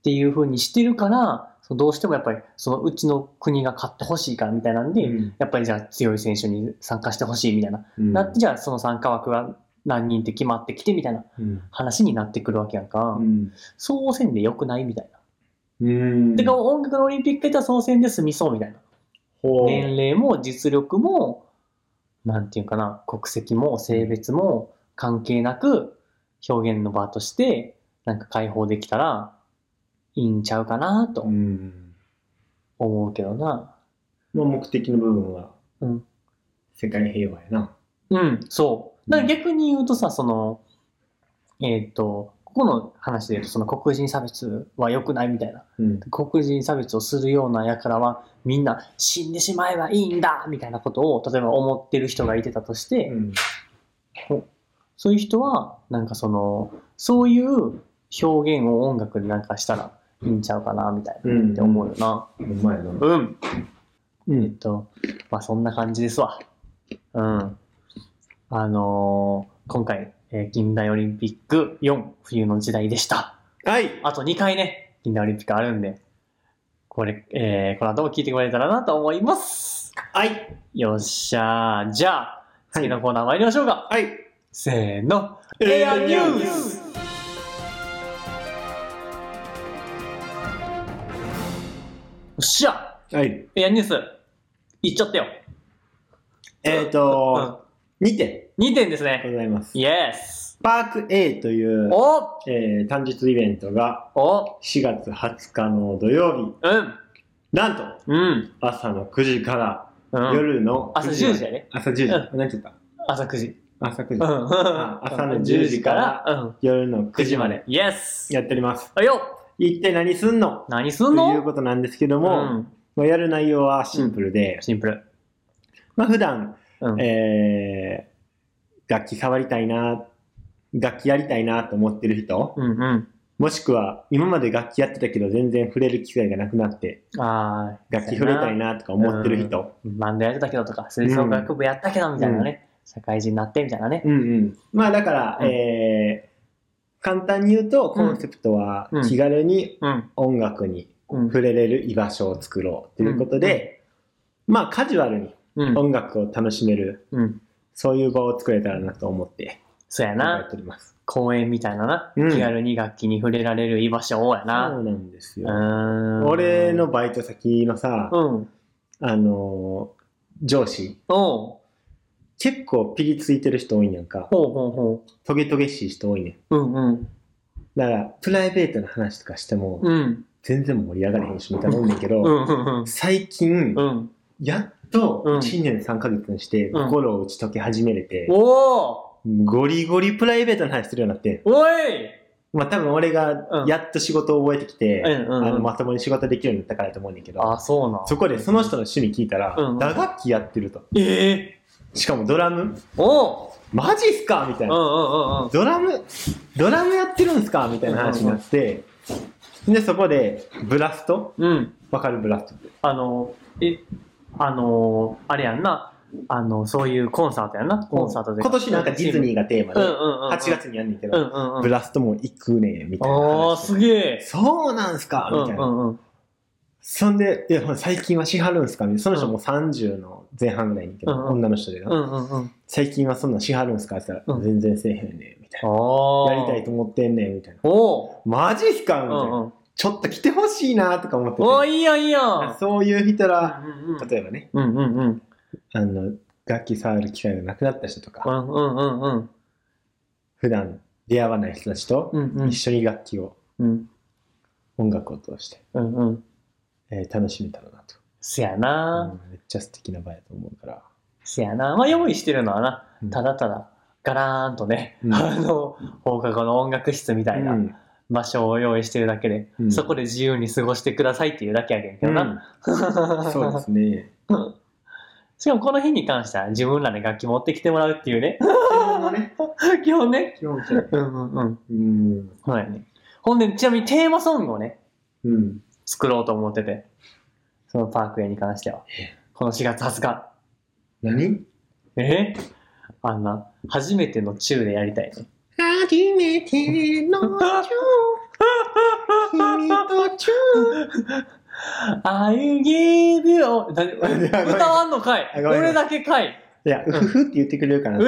Speaker 2: ていう風にしてるから、そのどうしてもやっぱりそのうちの国が勝ってほしいからみたいなんで、やっぱりじゃあ強い選手に参加してほしいみたいな。
Speaker 1: うん。
Speaker 2: なってじゃあその参加枠は何人って決まってきてみたいな
Speaker 1: うん。
Speaker 2: 話になってくるわけやんか。
Speaker 1: うん。
Speaker 2: そうせんでよくないみたいな。
Speaker 1: うん。
Speaker 2: てか音楽のオリンピックやったらそうせんで済みそうみたいな。
Speaker 1: ほう。
Speaker 2: 年齢も実力も、なんていうかな、国籍も性別も関係なく表現の場として、なんか解放できたらいいんちゃうかなと
Speaker 1: うん。
Speaker 2: 思うけどな。
Speaker 1: まあ目的の部分は
Speaker 2: うん、
Speaker 1: 世界平和やな。
Speaker 2: うん、そう。だから逆に言うとさ、その、えっ、と、ここの話で言うと、その黒人差別は良くないみたいな。
Speaker 1: うん。
Speaker 2: 黒人差別をするようなやからは、みんな死んでしまえばいいんだみたいなことを、例えば思ってる人がいてたとして、
Speaker 1: うん。
Speaker 2: そういう人は、なんかその、そういう表現を音楽でなんかしたらいいんちゃうかな、みたいな
Speaker 1: うん。
Speaker 2: って思うよな。
Speaker 1: うまいな。
Speaker 2: うん。
Speaker 1: う
Speaker 2: えっ。と、まあそんな感じですわ。うん。あのー今回、えー近代オリンピック4冬の時代でした。
Speaker 1: はい。
Speaker 2: あと2回ね、近代オリンピックあるんで、これ、えーこの後も聞いてくれたらなと思います。
Speaker 1: はい。
Speaker 2: よっしゃー。じゃあ、次のコーナー参りましょうか。
Speaker 1: はい。
Speaker 2: せーの。
Speaker 1: エアニュース
Speaker 2: スよっしゃ
Speaker 1: はい。
Speaker 2: エアニュースいっちゃったよ、
Speaker 1: えっ
Speaker 2: う
Speaker 1: と、
Speaker 2: ん、
Speaker 1: 2点
Speaker 2: 2点です
Speaker 1: ご
Speaker 2: ね
Speaker 1: ざいます。
Speaker 2: イエス
Speaker 1: パーク A という、
Speaker 2: お
Speaker 1: えー、単日イベントが
Speaker 2: お
Speaker 1: 4月20日の土曜日、
Speaker 2: うん
Speaker 1: なんと
Speaker 2: うん
Speaker 1: 朝の9時から
Speaker 2: うん
Speaker 1: 夜の
Speaker 2: 朝
Speaker 1: 9時ま
Speaker 2: 10
Speaker 1: で
Speaker 2: 時やね
Speaker 1: 朝10時。
Speaker 2: う
Speaker 1: 何て言った
Speaker 2: 朝9時
Speaker 1: 朝9
Speaker 2: う
Speaker 1: 時。
Speaker 2: ん
Speaker 1: 朝の10時から
Speaker 2: うん
Speaker 1: 夜の
Speaker 2: 9
Speaker 1: 9
Speaker 2: 時
Speaker 1: 時
Speaker 2: ま
Speaker 1: ま
Speaker 2: で
Speaker 1: で
Speaker 2: イエス
Speaker 1: やっております。
Speaker 2: あよ
Speaker 1: 一体何すんの
Speaker 2: 何す
Speaker 1: と
Speaker 2: んの
Speaker 1: いうことなんですけども、
Speaker 2: うん、
Speaker 1: まあ、やる内容はシンプルで、
Speaker 2: シンプル、
Speaker 1: まあ普段、
Speaker 2: うん
Speaker 1: えー楽器触りたいな、楽器やりたいなと思ってる人、
Speaker 2: うん
Speaker 1: もしくは今まで楽器やってたけど全然触れる機会がなくなって、
Speaker 2: うんあー
Speaker 1: 楽器触れたいなとか思ってる人、
Speaker 2: バンドやってたけどとか吹奏楽部やったけどみたいなね、社会人になってみたいなね
Speaker 1: うんうん。まあだから、
Speaker 2: うん
Speaker 1: えー簡単に言うとコンセプトは
Speaker 2: うん
Speaker 1: 気軽に
Speaker 2: うん
Speaker 1: 音楽に
Speaker 2: うん
Speaker 1: 触れれる居場所を作ろうということで、まあカジュアルに
Speaker 2: うん
Speaker 1: 音楽を楽しめる
Speaker 2: うん。
Speaker 1: そういう場を作れたらなと思って、
Speaker 2: そうや
Speaker 1: やっ
Speaker 2: な。
Speaker 1: ております。
Speaker 2: 公園みたいなな。
Speaker 1: うん
Speaker 2: 気軽に楽器に触れられる居場所をや
Speaker 1: そ
Speaker 2: な。
Speaker 1: うなんです
Speaker 2: う
Speaker 1: よ。
Speaker 2: ーん。
Speaker 1: 俺の。バイト先のさ、
Speaker 2: うん。
Speaker 1: あのー上司、
Speaker 2: おう。
Speaker 1: 結構ピリついてる人多いんやんか。
Speaker 2: ほうほうほ
Speaker 1: トゲトゲしい人多いねん。
Speaker 2: う。うんうん。
Speaker 1: だから、プライベートの話とかしても、
Speaker 2: うん。
Speaker 1: 全然盛り上がれへんしみたいなもんねんけど、
Speaker 2: うんうん
Speaker 1: 最近、
Speaker 2: うんうん
Speaker 1: やっと
Speaker 2: うん
Speaker 1: 1年3ヶ月にして
Speaker 2: うん
Speaker 1: 心を打ち解け始めれて、
Speaker 2: おお
Speaker 1: ゴリゴリプライベートな話するようになって
Speaker 2: おい
Speaker 1: まあ多分俺が
Speaker 2: うん
Speaker 1: やっと仕事を覚えてきて、
Speaker 2: うんうんうん
Speaker 1: あのまともに仕事できるようになったからやと思うねんだけど
Speaker 2: あそうなん
Speaker 1: そこでその人の趣味聞いたら、
Speaker 2: うんうん
Speaker 1: 打楽器やってると
Speaker 2: ええ
Speaker 1: しかもドラム
Speaker 2: おう
Speaker 1: マジっすかみたい
Speaker 2: うん
Speaker 1: な、
Speaker 2: うんうんうん
Speaker 1: ドラムドラムやってるんすかみたいな話になって、でそこでブラスト
Speaker 2: うん
Speaker 1: わかるブラストって
Speaker 2: あの、え、あの、あれやんな、あの、そういうコンサートやんな、コンサートで。
Speaker 1: 今年なんかディズニーがテーマ
Speaker 2: う
Speaker 1: で、
Speaker 2: んうんうん。
Speaker 1: 8。月にやんねんけ
Speaker 2: う
Speaker 1: ど、
Speaker 2: んうんうん。
Speaker 1: ブラストも行くねみたいな
Speaker 2: ああ、
Speaker 1: 話
Speaker 2: すげえ。
Speaker 1: そうなんすか
Speaker 2: う
Speaker 1: み
Speaker 2: ん
Speaker 1: たいな、
Speaker 2: うんうん。
Speaker 1: そんでいや最近はしはるんすかみたいなその人
Speaker 2: うん
Speaker 1: もう30の前半ぐらいにいけど、
Speaker 2: うんうん
Speaker 1: 女の人でな、
Speaker 2: うんうんうん。
Speaker 1: 最近はそんなんしはるんすかって言ったら、
Speaker 2: うん
Speaker 1: 全然せえへんねみたいな
Speaker 2: ああ。
Speaker 1: やりたいと思ってんねんみたいな
Speaker 2: おお。
Speaker 1: マジっすか
Speaker 2: う
Speaker 1: み
Speaker 2: ん
Speaker 1: たいな、
Speaker 2: うん。
Speaker 1: ちょっと来てほしいなとか思ってて
Speaker 2: おーいいやんいいやん。
Speaker 1: そういう人ら
Speaker 2: うんうんうん。
Speaker 1: 例えばね
Speaker 2: うんうんうん。
Speaker 1: あの楽器触る機会がなくなった人とか、
Speaker 2: うんうんうんうん。
Speaker 1: 普段出会わない人たちと
Speaker 2: うんうん
Speaker 1: 一緒に楽器を、
Speaker 2: うん
Speaker 1: 音楽を通して、
Speaker 2: うんうん。
Speaker 1: えー楽しめたらなと、
Speaker 2: せやな、
Speaker 1: うんめっちゃ素敵な場やと思うから、
Speaker 2: せやな。まあ、用意してるのはな、
Speaker 1: うん
Speaker 2: ただただ、ガラーンとね、
Speaker 1: うん
Speaker 2: あの、放課後の音楽室みたいな。
Speaker 1: うん
Speaker 2: 場所を用意してるだけで、
Speaker 1: うん
Speaker 2: そこで自由に過ごしてくださいっていうだけやねんけ
Speaker 1: う
Speaker 2: どな、
Speaker 1: んそうですね
Speaker 2: しかもこの日に関しては自分らで楽器持ってきてもらうっていうね
Speaker 1: 基本はね
Speaker 2: 基本ね
Speaker 1: 基本嫌い
Speaker 2: うんうんうん
Speaker 1: うん
Speaker 2: そうやねほんでちなみにテーマソングをね
Speaker 1: うん
Speaker 2: 作ろうと思っててそのパークエに関してはこの4月20日
Speaker 1: 何
Speaker 2: えあんな初めてのチューでやりたい ね
Speaker 1: 初めて のチュー君とチュ
Speaker 2: I'll give you だ歌わんのかい
Speaker 1: あごめんごめん
Speaker 2: 俺だけ かい
Speaker 1: ーいや、うふふって言ってくれるかな
Speaker 2: う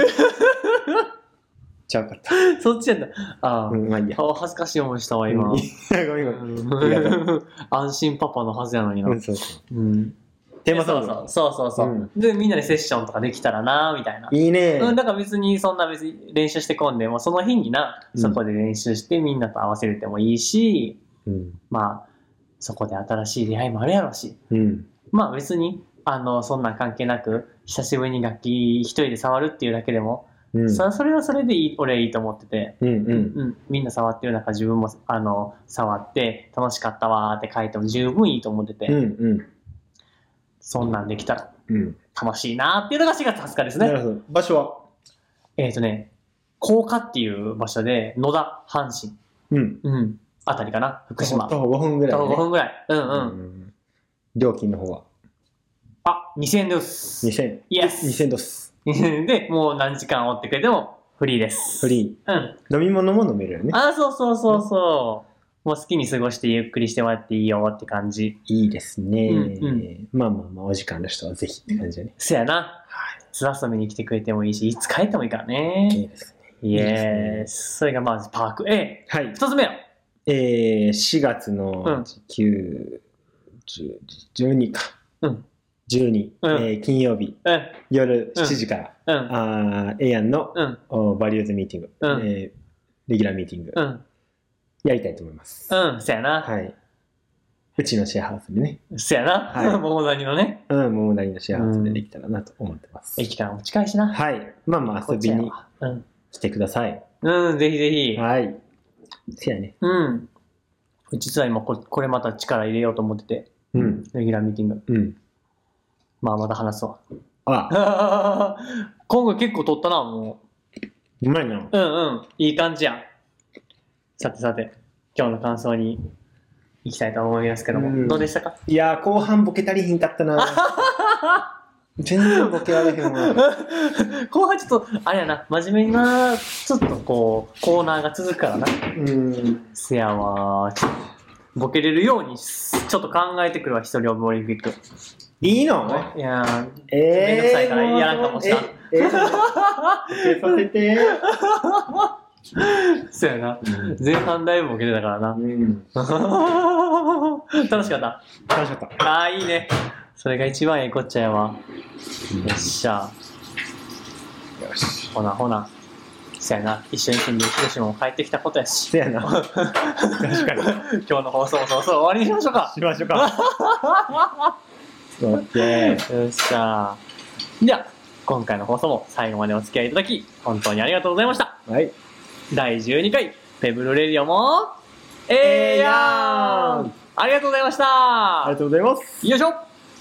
Speaker 1: ちゃうか った。
Speaker 2: そっちやんなあー、
Speaker 1: うん、まあいいや。
Speaker 2: あ恥ずかしい思いしたわ今、
Speaker 1: うんいやごめんごめん。ありがと
Speaker 2: 安心パパのはずやのにな。
Speaker 1: うんそうそう
Speaker 2: うん。
Speaker 1: テーマソング
Speaker 2: そうそうそうそう。
Speaker 1: うん
Speaker 2: で、みんなでセッションとかできたらな、みたいな。
Speaker 1: いいね。
Speaker 2: うん、だから別にそんな別に練習してこんでも、その日にな、
Speaker 1: うん
Speaker 2: そこで練習してみんなと合わせれてもいいし、
Speaker 1: うん。
Speaker 2: まあ、そこで新しい出会いもあるやろうし、
Speaker 1: うん。
Speaker 2: まあ別に、あの、そんなん関係なく、久しぶりに楽器一人で触るっていうだけでも、
Speaker 1: うん。
Speaker 2: そそれはそれでいい、俺はいいと思ってて、
Speaker 1: うんうん。
Speaker 2: うん、みんな触ってる中自分もあの触って楽しかったわーって書いても十分いいと思ってて、
Speaker 1: うんうん。
Speaker 2: そんなんできたら
Speaker 1: うん。
Speaker 2: 楽しいなーっていうのが4月20日です
Speaker 1: な
Speaker 2: ね
Speaker 1: る。ほど。場所は
Speaker 2: えっ、とね、甲賀っていう場所で野田、阪神、
Speaker 1: うん。
Speaker 2: うん、あたりかな、福島。
Speaker 1: 徒歩5分ぐら
Speaker 2: 徒
Speaker 1: いね。
Speaker 2: 歩5分ぐらい。うんうん。
Speaker 1: うん。料金の方は
Speaker 2: あ、2000円です。
Speaker 1: 2000。
Speaker 2: イエス
Speaker 1: 2000ドス。
Speaker 2: で、もう何時間おってくれてもフリーです。
Speaker 1: フリ
Speaker 2: ー。うん。
Speaker 1: ー。飲み物も飲めるよね。
Speaker 2: あー、そうそうそうそう。もう好きに過ごしてゆっくりしてもらっていいよって感じ。
Speaker 1: いいですね。
Speaker 2: うんう
Speaker 1: まあまあまあ、お時間の人はぜひって感じだね。
Speaker 2: そやな。ツアー遊びに来てくれてもいいし、いつ帰ってもいいから
Speaker 1: い
Speaker 2: ね。
Speaker 1: いですね。
Speaker 2: イ
Speaker 1: いです
Speaker 2: エー
Speaker 1: ね
Speaker 2: ス。それがまずパーク A。
Speaker 1: はい。
Speaker 2: 二つ目よ。
Speaker 1: えー、4月
Speaker 2: うん
Speaker 1: の9、10 12か。
Speaker 2: うん。
Speaker 1: 12、
Speaker 2: うん
Speaker 1: えー金曜日
Speaker 2: うん、
Speaker 1: 夜7時から、
Speaker 2: うん、
Speaker 1: あーエイアンの
Speaker 2: うん、
Speaker 1: おバリューズミーティング、
Speaker 2: う
Speaker 1: え
Speaker 2: ん
Speaker 1: ーレギュラーミーティング、
Speaker 2: うん、
Speaker 1: やりたいと思います。
Speaker 2: うん、そやな。
Speaker 1: はい。うちのシェアハウスでね。
Speaker 2: そや
Speaker 1: は
Speaker 2: な。
Speaker 1: い
Speaker 2: 桃谷のね。
Speaker 1: うん、桃谷のシェアハウスでできたらなと思ってます。
Speaker 2: 駅からも近いしな。
Speaker 1: はい。まあまあ遊びに
Speaker 2: うん。
Speaker 1: 来てください。
Speaker 2: うん、ぜひぜひ。
Speaker 1: はい。せやね。
Speaker 2: うん。実は今こ、これまた力入れようと思ってて、
Speaker 1: うん。
Speaker 2: レギュラーミーティング。
Speaker 1: うん。
Speaker 2: まあ、また話すわ。
Speaker 1: あ、
Speaker 2: 今後結構取ったな、も
Speaker 1: うまいな。
Speaker 2: う。うんうん、いい感じや。さてさて、今日の感想に行きたいと思いますけども、
Speaker 1: うん
Speaker 2: どうでしたか
Speaker 1: いやー、後半ボケ足りひんかったな。全然ボケられへんわ。
Speaker 2: 後半ちょっと、あれやな、真面目な、ちょっとこう、コーナーが続くからな。
Speaker 1: うん。
Speaker 2: せやわー、ボケれるように、ちょっと考えてくるわ、一人オブオリンピック。
Speaker 1: いいの
Speaker 2: いやー、
Speaker 1: え
Speaker 2: めんどくさいからやらんかもしらん
Speaker 1: ええーボケさせて。
Speaker 2: せやな。前半だいぶボケてたからな。
Speaker 1: う ん。
Speaker 2: 楽しかった。
Speaker 1: 楽しかった。
Speaker 2: ああ、いいね。それが一番ええこっちゃやわ。よっしゃ。
Speaker 1: よし。
Speaker 2: ほなほな。そやな一緒に住んで広島も帰ってきたことやし
Speaker 1: せやな。確かに。
Speaker 2: 今日の放送もそろそろ終わりにしましょうか
Speaker 1: しましょうか。ちょっと待って。
Speaker 2: よっしゃでは今回の放送も最後までお付き合いいただき本当にありがとうございました
Speaker 1: はい。
Speaker 2: 第12回ペブルレディオもええやんありがとうございました
Speaker 1: ありがとうございます。
Speaker 2: よいしょ